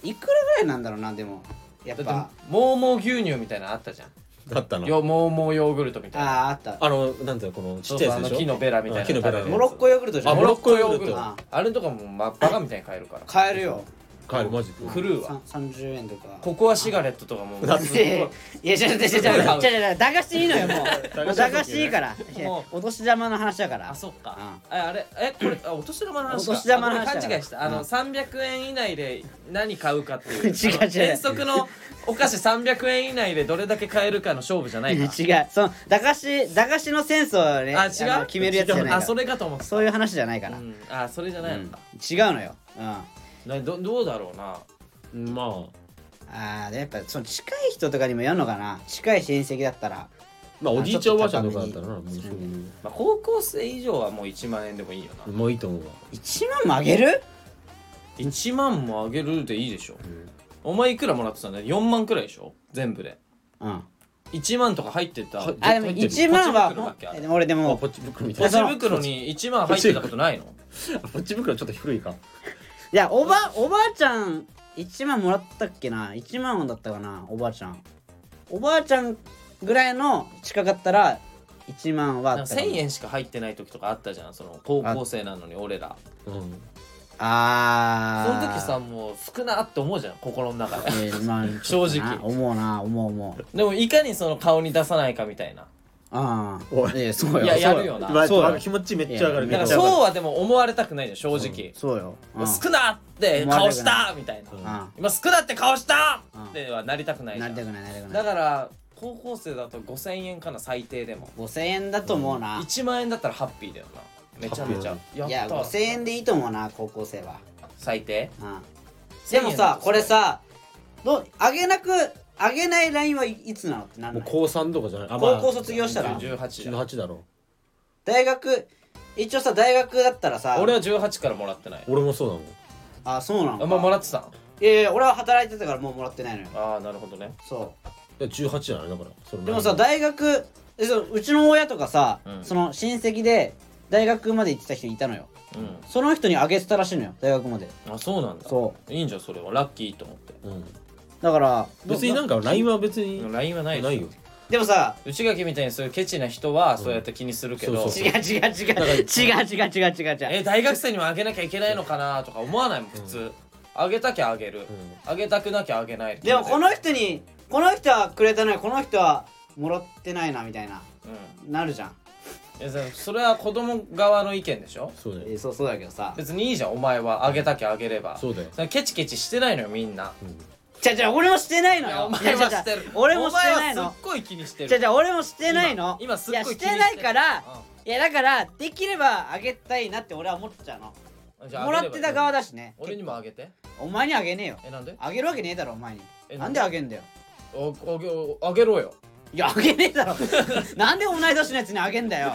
Speaker 1: いくらぐらいなんだろうなでもやっ
Speaker 2: だっ
Speaker 1: ぱ
Speaker 2: てもうもう牛乳みたいなのあったじゃん
Speaker 3: だったな
Speaker 2: よもうもうヨーグルトみたいな
Speaker 1: ああーあった
Speaker 3: あのなんていうのこのち
Speaker 2: そ
Speaker 3: っ
Speaker 2: う
Speaker 3: ち
Speaker 2: そう
Speaker 3: ゃ
Speaker 2: あ
Speaker 3: い
Speaker 2: の
Speaker 3: やつで
Speaker 2: 木
Speaker 3: しょ
Speaker 2: のベラみたいな
Speaker 3: あ木のベラ
Speaker 1: モロッコヨーグルトじゃ
Speaker 2: あ
Speaker 1: ん
Speaker 2: モロッコヨーグル
Speaker 3: モロッコヨーグ
Speaker 2: ト
Speaker 3: ル
Speaker 1: ト
Speaker 2: あれとかもまバカみたいに買えるから
Speaker 1: 買えるよ
Speaker 3: 帰るマジで
Speaker 2: 狂うわ
Speaker 1: さん30円とか
Speaker 2: ココアシガレットとかも
Speaker 3: だっ
Speaker 1: いやいやいや違う違う違う違う違う違う駄菓子いいのよもうもう駄菓子いいからいや
Speaker 2: も
Speaker 1: お年玉の話だから
Speaker 2: あそっかえあれえこれあお年玉の話か
Speaker 1: お年玉の話
Speaker 2: あごめん勘違いしたあの
Speaker 1: うん
Speaker 2: 300円以内で何買うかってい
Speaker 1: 違う
Speaker 2: う
Speaker 1: 違う
Speaker 2: あの遠足のお菓子300円以内でどれだけ買えるかの勝負じゃない
Speaker 1: 違
Speaker 2: か
Speaker 1: うその駄菓子駄菓子のセンスをね
Speaker 2: あ違う
Speaker 1: の決めるやつじゃないから
Speaker 2: あそれかと思って
Speaker 1: そういう話じゃないか
Speaker 2: う
Speaker 1: ら、
Speaker 2: んあそれじゃ
Speaker 1: うん
Speaker 2: ないのか
Speaker 1: 違うのよ、うん、あ
Speaker 2: などどうだろうな
Speaker 3: ま
Speaker 1: あでやっぱその近い人とかにもやるのかな近い親戚だったら
Speaker 3: あまあおじいちゃんおばあちゃんとかだったらなもうそういう
Speaker 2: まあ高校生以上はもう1万円でもいいよな
Speaker 3: もういいと思うわ
Speaker 1: 1万もあげる
Speaker 2: 1万もあげるでいいでしょ、お前いくらもらってたんだよ4万くらいでしょ全部で
Speaker 1: うん
Speaker 2: 1万とか入ってた
Speaker 3: はい
Speaker 1: あでも
Speaker 3: 絶対
Speaker 1: 1万
Speaker 2: ポチ袋だっ
Speaker 1: は
Speaker 2: けあれ
Speaker 1: えでも俺で
Speaker 3: あ
Speaker 1: も
Speaker 3: ポチ袋みた
Speaker 2: ポ
Speaker 3: い
Speaker 2: チ
Speaker 3: な
Speaker 2: 袋に1万入ってたことないの
Speaker 3: ポチ袋ちょっと古いか
Speaker 1: いやおばおばあちゃん1万もらったっけな1万だったかなおばあちゃんおばあちゃんぐらいの近かったら1万は
Speaker 2: な
Speaker 1: あ
Speaker 2: ん
Speaker 1: っ
Speaker 2: か
Speaker 1: たかも
Speaker 2: 1000円しか入ってない時とかあったじゃんその高校生なのに俺ら
Speaker 3: うん
Speaker 2: そ
Speaker 1: あ
Speaker 2: の
Speaker 1: ー
Speaker 2: 時さもう少なって思うじゃん心の中で
Speaker 1: えーまあ
Speaker 2: 正直
Speaker 1: ちょっとな思うな思う思う
Speaker 2: でもいかにその顔に出さないかみたいな
Speaker 1: あ
Speaker 3: お
Speaker 1: あ
Speaker 3: い
Speaker 1: えそうよ
Speaker 2: いややる
Speaker 1: よ
Speaker 2: よな
Speaker 3: まあ
Speaker 1: そうよ
Speaker 3: まあ気持ちめっちゃ上がる
Speaker 1: い
Speaker 3: け
Speaker 2: だ
Speaker 1: や
Speaker 2: か
Speaker 3: ど
Speaker 2: ら
Speaker 1: や
Speaker 2: そうはでも思われたくないじゃん正直、
Speaker 1: そうようん
Speaker 2: 少なって顔したみたいな、
Speaker 3: うん
Speaker 1: うん
Speaker 2: 今少なって顔した
Speaker 1: うん
Speaker 2: ってはなりたくないじゃ
Speaker 1: なんりたくないなりたくな
Speaker 2: だ
Speaker 1: い
Speaker 2: から高校生だと5000円かな最低でも
Speaker 1: 5000円だと思うな
Speaker 2: 1万円だったらハッピーだよなめちゃめちゃ
Speaker 3: ハ
Speaker 2: や
Speaker 1: いや
Speaker 2: ったわ
Speaker 1: 5000円でいいと思うな高校生は
Speaker 2: 最低
Speaker 1: うんでも
Speaker 2: 1000円だ
Speaker 1: さ
Speaker 2: と
Speaker 1: これさどう上げなく上げないラインはいいつなのってなん
Speaker 3: も
Speaker 1: な
Speaker 3: う
Speaker 1: い
Speaker 3: 高三とかじゃないあまあ
Speaker 1: 高校卒業したら
Speaker 2: 18だ
Speaker 3: 18だろ
Speaker 1: 大学一応さ大学だったらさ
Speaker 2: 俺は18からもらってない
Speaker 3: 俺もそうだもん
Speaker 1: あそうなの
Speaker 2: あ
Speaker 1: か
Speaker 2: んまもらってたん
Speaker 1: いやいや俺は働いてたからもうもらってないのよ
Speaker 2: ああなるほどね
Speaker 1: そ
Speaker 3: いや18じゃないだからその
Speaker 1: うでもさ大学えそううちの親とかさ、
Speaker 2: うん
Speaker 1: その親戚で大学まで行ってた人いたのよ
Speaker 2: うん
Speaker 1: その人にあげてたらしいのよ大学まで
Speaker 2: あそうなんだ
Speaker 1: そ
Speaker 2: いいんじゃんそれはラッキーと思って
Speaker 3: うん
Speaker 1: だから
Speaker 3: 別になんか LINE は別に
Speaker 2: でも LINE はないでしょ
Speaker 3: ないよ
Speaker 1: でもさ
Speaker 2: 内垣みたいにそういうケチな人はそうやって気にするけど、
Speaker 3: そう
Speaker 1: 違
Speaker 3: そう
Speaker 1: 違う違う違う違う違う違う違う
Speaker 2: え大学生にもあげなきゃいけないのかなとか思わないもん普通あ、げたきゃあげる
Speaker 3: うん
Speaker 2: あ、げたくなきゃあげない
Speaker 1: でもこの人にこの人はくれたのにこの人はもらってないなみたいな
Speaker 2: うん
Speaker 1: なるじゃん
Speaker 2: えそそれは子供側の意見でしょ
Speaker 3: そうだ
Speaker 1: え
Speaker 3: よ
Speaker 1: ーそうそうだけどさ
Speaker 2: 別にいいじゃんお前はあげたきゃあげれば
Speaker 3: そうだよ
Speaker 2: それケチケチしてないのよみんな
Speaker 1: じゃじゃ俺もしてないの
Speaker 2: いや
Speaker 1: よ
Speaker 2: お前は
Speaker 1: じゃ
Speaker 2: し
Speaker 1: じ
Speaker 2: て
Speaker 1: ゃ
Speaker 2: る
Speaker 1: 俺もしてない
Speaker 2: お前
Speaker 1: の
Speaker 2: はすっごい気にしてる
Speaker 1: じゃじゃ俺もしてないの
Speaker 2: 今今すっごい気にして
Speaker 1: や
Speaker 2: る
Speaker 1: してないから、
Speaker 2: う
Speaker 1: いやだからできればあげたいなって俺は思っちゃうの
Speaker 2: んじゃあ
Speaker 1: もらってた側だしね
Speaker 2: 俺にもあげて
Speaker 1: お前にあげねえよ
Speaker 2: えなんで
Speaker 1: あげるわけねえだろお前に
Speaker 2: え
Speaker 1: なんであげんだよ
Speaker 2: おあげあげろよ
Speaker 1: いやあげねえだ ろなんで同い年のやつにあげんだよ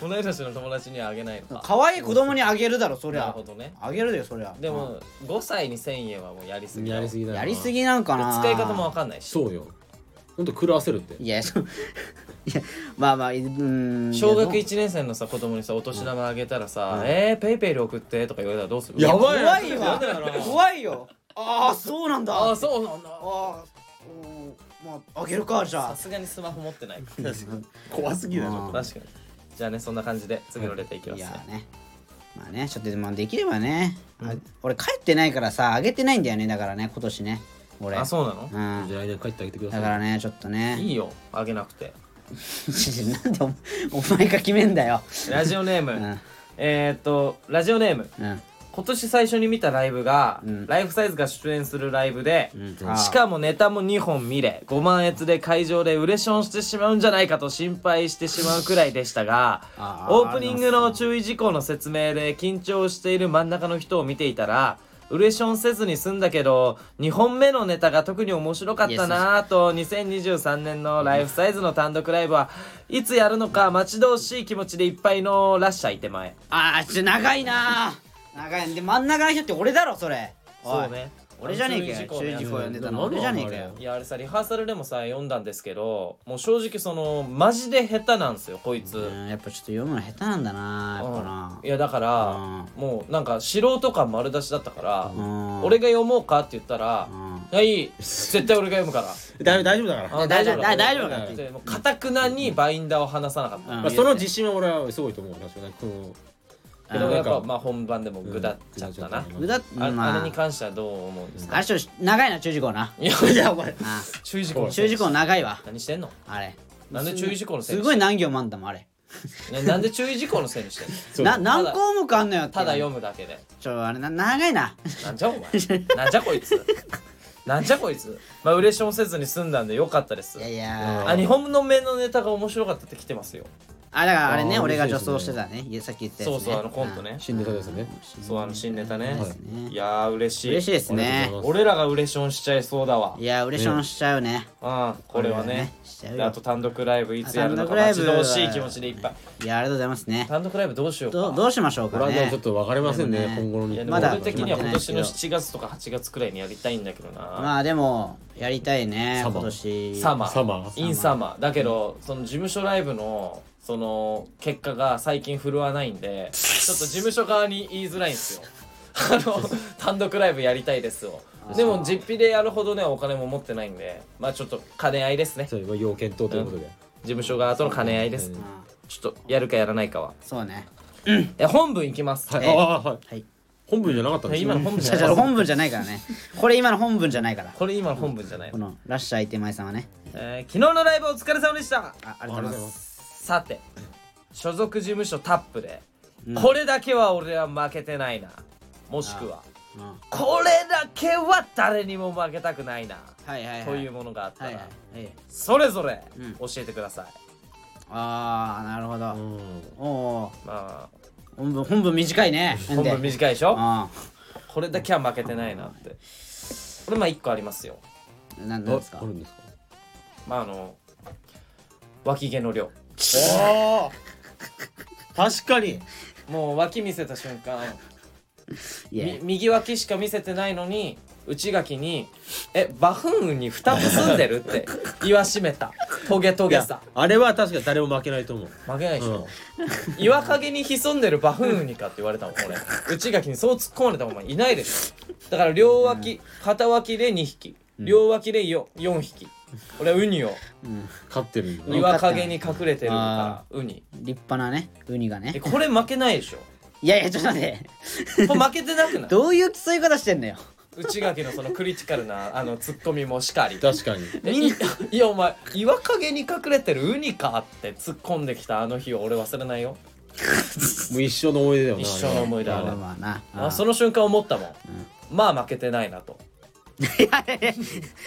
Speaker 2: 同い年の友達にはあげないのか
Speaker 1: 可愛い子供にあげるだろそり
Speaker 2: なる
Speaker 1: ゃ
Speaker 2: ほどね
Speaker 1: あげるよそりゃ
Speaker 2: でも5歳に1000円はもうやりす
Speaker 3: うん
Speaker 2: ぎだ
Speaker 3: や
Speaker 2: よ
Speaker 3: りすぎ
Speaker 1: う
Speaker 3: だ
Speaker 1: ん
Speaker 3: よ
Speaker 1: やりすぎなんかな
Speaker 2: 使い方もわかんないし
Speaker 3: そうよほんと狂わせるって
Speaker 1: いや、そういや、まあまあ、うーん。
Speaker 2: 小学
Speaker 1: いや
Speaker 2: 1年生のさ子供にさお年玉あげたらさ「えーペイペイで送って」とか言われたらどうする
Speaker 3: や
Speaker 1: ど
Speaker 3: ば
Speaker 1: う怖いわ
Speaker 2: やだな。
Speaker 1: 怖いよ。ああ、そうなんだ。
Speaker 2: ああ
Speaker 1: あ
Speaker 2: そうなんだ
Speaker 1: あ、うんまあ、あげるか、じゃ
Speaker 2: さ
Speaker 1: あ。
Speaker 2: すがにスマホ持ってないか
Speaker 3: 怖すぎだ
Speaker 1: うん
Speaker 2: 確かにじゃあねそんな感じで次のレターいきます
Speaker 1: い
Speaker 2: ね
Speaker 1: やーねまあねちょっとでもできればね、あ俺帰ってないからさあげてないんだよねだからね今年ね俺
Speaker 2: あそうなの
Speaker 1: う、ん
Speaker 3: じゃあ来年帰ってあげてくださ
Speaker 1: だ
Speaker 3: い
Speaker 1: からねちょっと
Speaker 2: い
Speaker 1: ね
Speaker 2: いよあげなくて
Speaker 1: なんでおお前が決めんだよ
Speaker 2: ラジオネーム、
Speaker 1: ん
Speaker 2: えーっとラジオネーム
Speaker 1: うん
Speaker 2: 今年最初に見たライブが、
Speaker 1: うん
Speaker 2: ライフサイズが出演するライブで、
Speaker 1: あー
Speaker 2: しかもネタも2本見れ5万円で会場でウレションしてしまうんじゃないかと心配してしまうくらいでしたが
Speaker 1: あー
Speaker 2: オープニングの注意事項の説明で緊張している真ん中の人を見ていたらウレションせずに済んだけど2本目のネタが特に面白かったなぁと2023年のライフサイズの単独ライブはいつやるのか待ち遠しい気持ちでいっぱいのラッシャーいて前
Speaker 1: あーちょ長いなー長いで真ん中の人って俺だろそれおい
Speaker 2: そうね
Speaker 1: 俺じゃねえかよ注
Speaker 2: 注意
Speaker 1: 意
Speaker 2: 事項のや
Speaker 1: 事項読ん
Speaker 2: つ
Speaker 1: でたの
Speaker 3: うん
Speaker 1: 俺じゃねえかよ
Speaker 3: なん
Speaker 2: いやあれさリハーサルでもさ読んだんですけどもう正直そのマジで下手なんですよこいつ、
Speaker 1: うんやっぱちょっと読むの下手なんだなやっぱない
Speaker 2: やだから、もうなんか素人感丸出しだったから、
Speaker 1: ん
Speaker 2: 俺が読もうかって言ったら
Speaker 1: ん
Speaker 2: 「はい絶対俺が読むから
Speaker 3: だ大丈夫だから」
Speaker 2: あ
Speaker 1: 大丈夫
Speaker 2: だ
Speaker 1: だ大丈夫だ
Speaker 2: って言ってもうかたくなにバインダーを離さなかった、
Speaker 1: うん
Speaker 3: まあ、その自信は俺はすごいと思う確かにこう
Speaker 2: けどやっ
Speaker 3: な
Speaker 2: ぱ
Speaker 3: んか
Speaker 2: まあ本番でも
Speaker 3: うん
Speaker 2: ぐだっちゃったな、
Speaker 1: 無駄
Speaker 2: ああ
Speaker 1: ま
Speaker 2: れ
Speaker 1: あ
Speaker 2: に関してはどう思うんですか、
Speaker 1: あれちょっと長いな注意事項ない
Speaker 2: やいやお前
Speaker 1: あ
Speaker 2: 注意事項
Speaker 1: ー注意事項長いわ
Speaker 2: 何してんの
Speaker 1: あれ
Speaker 2: なんで注意事項のせい
Speaker 1: す
Speaker 2: に
Speaker 1: ごい何行もあんだもんあれ
Speaker 2: ねなんで注意事項のせいにしてんの
Speaker 3: そう
Speaker 1: な何項目あんのよって
Speaker 2: ただ読むだ けで
Speaker 1: ちょあれな長いな
Speaker 2: なんじゃお前なんじゃこいつなんじゃこいつまあウレションせずに済んだんでよかったです
Speaker 1: いやいや
Speaker 2: あ日本の面のネタが面白かったって来てますよ
Speaker 1: あだからあれね
Speaker 3: あー
Speaker 1: 俺が女装してたねいやさっき言ったやつね
Speaker 2: そうそうあのコントね
Speaker 3: 新ネタですね
Speaker 2: そうあの新ネタね
Speaker 1: ですね
Speaker 2: いやー嬉しい
Speaker 1: 嬉しいです
Speaker 3: ありが
Speaker 1: ね
Speaker 3: とうござい
Speaker 2: 俺らがウレションしちゃいそうだわ
Speaker 1: いや嬉しいのしちゃうね
Speaker 2: うんこれはね
Speaker 1: しちゃう
Speaker 2: で
Speaker 1: よ
Speaker 2: あと単独ライブいつやるのか
Speaker 1: あ単
Speaker 2: 待
Speaker 1: 独
Speaker 2: ち
Speaker 1: ライブ
Speaker 2: 遠しい気持ちでいっぱい
Speaker 1: いやありがとうございますね
Speaker 2: 単独ライブどうしよう
Speaker 1: どう
Speaker 2: か
Speaker 1: どうしましょう
Speaker 3: こ
Speaker 1: か
Speaker 3: れはね
Speaker 1: ね
Speaker 3: ちょっと分かりませんね
Speaker 1: でもね
Speaker 3: 今後の
Speaker 2: い
Speaker 3: 日
Speaker 2: や
Speaker 3: 本
Speaker 2: で
Speaker 1: ま
Speaker 2: も
Speaker 1: だ
Speaker 2: 俺的には今
Speaker 1: 決
Speaker 2: 年
Speaker 1: まって
Speaker 2: の
Speaker 1: ないです
Speaker 2: 7月とか8月くらいにやりたいんだけどな
Speaker 1: まあでもやりたいね
Speaker 3: サマ
Speaker 1: 今年
Speaker 2: サマー
Speaker 3: サマー
Speaker 2: インサマーだけどその事務所ライブのその結果が最近振るわないんでちょっと事務所側に言いづらい んですよあの単独ライブやりたいですをでも実費でやるほどねお金も持ってないんでまあちょっと兼ね合いですね事
Speaker 3: そういう要検討ということで、
Speaker 2: 務所側との兼ね合いです
Speaker 3: うん
Speaker 1: うん
Speaker 2: ちょっとやるかやらないかは
Speaker 1: そうね
Speaker 2: え本文いきます
Speaker 3: はい、
Speaker 1: ええ
Speaker 3: ああはい
Speaker 1: はい
Speaker 3: 本文じゃなかったん
Speaker 2: え
Speaker 3: です
Speaker 2: 今の本文じ
Speaker 1: じ
Speaker 2: ゃ
Speaker 1: ゃ
Speaker 2: ない
Speaker 1: あ本文じゃないからねこれ今の本文じゃないから
Speaker 2: これ今の本文じゃない
Speaker 1: このラッシャーいてまいさんはね
Speaker 2: えー昨日のライブお疲れ様でした
Speaker 1: あありがとうございます
Speaker 3: す
Speaker 2: さて所属事務所タップで、これだけは俺は負けてないなもしくは
Speaker 1: うん
Speaker 2: これだけは誰にも負けたくないな、
Speaker 1: はいはいはい
Speaker 2: というものがあった
Speaker 1: は
Speaker 2: ら、
Speaker 1: いはいはい
Speaker 2: それぞれ
Speaker 1: うん
Speaker 2: 教えてください、
Speaker 1: ああなるほ
Speaker 3: う
Speaker 1: ど
Speaker 3: ん
Speaker 1: おお
Speaker 2: まあ
Speaker 1: 本文本文短いね
Speaker 2: 本文
Speaker 1: い
Speaker 2: 短いでしょ
Speaker 1: あ
Speaker 2: これだけは負けてないなってこれまあ1個ありますよ
Speaker 1: あななん
Speaker 3: あ
Speaker 1: ですか
Speaker 3: あるんですか
Speaker 2: まああの脇毛の量
Speaker 3: ああ確かに
Speaker 2: もう脇見せた瞬間
Speaker 1: いやい
Speaker 2: み右脇しか見せてないのに内垣に「えバフンウンに2つ住んでる?」って言わしめたトゲト
Speaker 3: い
Speaker 2: ゲ
Speaker 3: や
Speaker 2: さ
Speaker 3: あれは確かに誰も負けないと思う、
Speaker 2: 負けないでし
Speaker 3: う
Speaker 2: ょ、
Speaker 3: ん、
Speaker 2: 岩陰に潜んでるバフンウニかって言われたもん俺内垣にそう突っ込まれたもんお前いないでしょだから両脇片脇で2匹両脇で 4, 4匹俺はウニを
Speaker 3: 勝ってるんだ
Speaker 1: う
Speaker 3: な
Speaker 1: わ
Speaker 2: 岩陰に隠れてるからウニ
Speaker 1: 立派なねウニが
Speaker 2: え
Speaker 1: ね
Speaker 2: これ負けないでしょ
Speaker 1: いやいやちょっと待って
Speaker 2: これ負けてなくない
Speaker 1: どういう競い方してんのよ
Speaker 2: 内垣のそのクリティカルなあのツッコミもしかり
Speaker 3: 確かに
Speaker 2: でいい やお前岩陰に隠れてるウニかって突っ込んできたあの日を俺忘れないよ
Speaker 3: もう一生の思い出だよな
Speaker 2: 一生の思い出
Speaker 1: ま
Speaker 2: あれ
Speaker 1: あまあな
Speaker 2: あその瞬間思ったもん、まあ負けてないなと
Speaker 3: 張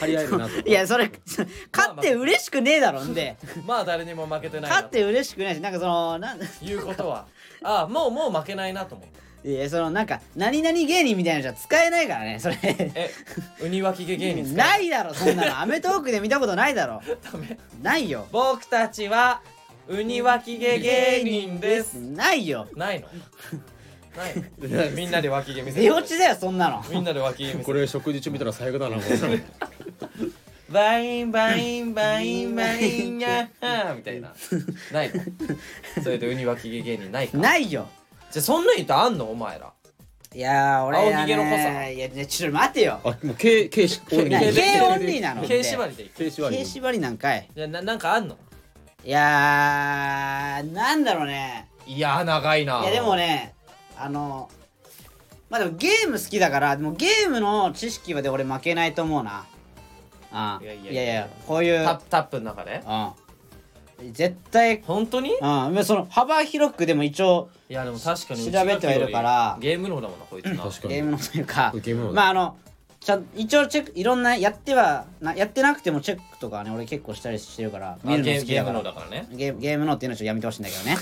Speaker 3: り合えるなと
Speaker 1: いやそれそ勝って嬉しくねえだろんで
Speaker 2: まあ誰にも負けてないな
Speaker 1: 勝
Speaker 2: と
Speaker 1: って嬉しくないしなんかそのなん
Speaker 2: いうことはああもうもう負けないなと思って
Speaker 1: いやそのなんか何々芸人みたいなのじゃ使えないからねそれ
Speaker 2: えウニ脇毛芸人ですか
Speaker 1: ないだろそんなのアメトークで見たことないだろ
Speaker 2: ダメ
Speaker 1: ないよ
Speaker 2: 僕たちはウニ脇毛芸人です
Speaker 1: ないよ
Speaker 2: ないのないのみんなで脇毛見せ
Speaker 1: 出落
Speaker 2: て
Speaker 1: ちだよそんなの
Speaker 2: みんなで脇毛見せ
Speaker 3: こ
Speaker 2: て
Speaker 3: れ食事中見たら最悪だなこれ
Speaker 2: バインバインバインバインや ーみたいなないのそれでウニ脇毛芸人ないか
Speaker 1: ないよ
Speaker 2: じゃあそんなん言ったらあんのお前ら
Speaker 1: いやー俺はね
Speaker 2: 青逃げの濃さ
Speaker 1: いやねちょっと待てよ
Speaker 3: あもう軽軽しオンリ
Speaker 1: いや
Speaker 3: ー
Speaker 1: 軽オンリーなの
Speaker 2: 軽縛りでいく
Speaker 3: 軽縛り
Speaker 1: 軽縛りなんかい
Speaker 2: じゃあななんかあんの
Speaker 1: いいやーなんだろうね
Speaker 2: いや長いない
Speaker 1: やでもねあのまあでもゲーム好きだからでもゲームの知識はで俺負けないと思うなああ
Speaker 2: い
Speaker 1: い
Speaker 2: や
Speaker 1: や
Speaker 2: い
Speaker 1: い
Speaker 2: や
Speaker 1: や
Speaker 2: い
Speaker 1: い
Speaker 2: や
Speaker 1: やこういう
Speaker 2: タタップの中で
Speaker 1: うん絶対
Speaker 2: 本当に
Speaker 1: うんまあその幅広くでも一応
Speaker 2: いやでも確かに
Speaker 1: 調べてはいるから
Speaker 2: ゲームの方だもんなこいつな
Speaker 3: 確か
Speaker 1: ゲー
Speaker 3: に
Speaker 1: ムのというか
Speaker 3: ゲームの
Speaker 1: まああのちゃん一応チェックいろんなやってはなやってなくてもチェックとかね俺結構したりしてるから見
Speaker 2: あ
Speaker 1: る
Speaker 2: ゲ
Speaker 1: の好
Speaker 2: ーム
Speaker 1: き
Speaker 2: ゲ
Speaker 1: だ
Speaker 2: ー
Speaker 1: か
Speaker 2: ム
Speaker 1: ら
Speaker 2: のだからね
Speaker 1: ゲーゲームのっていうのはちょっとやめてほしいんだけど ね、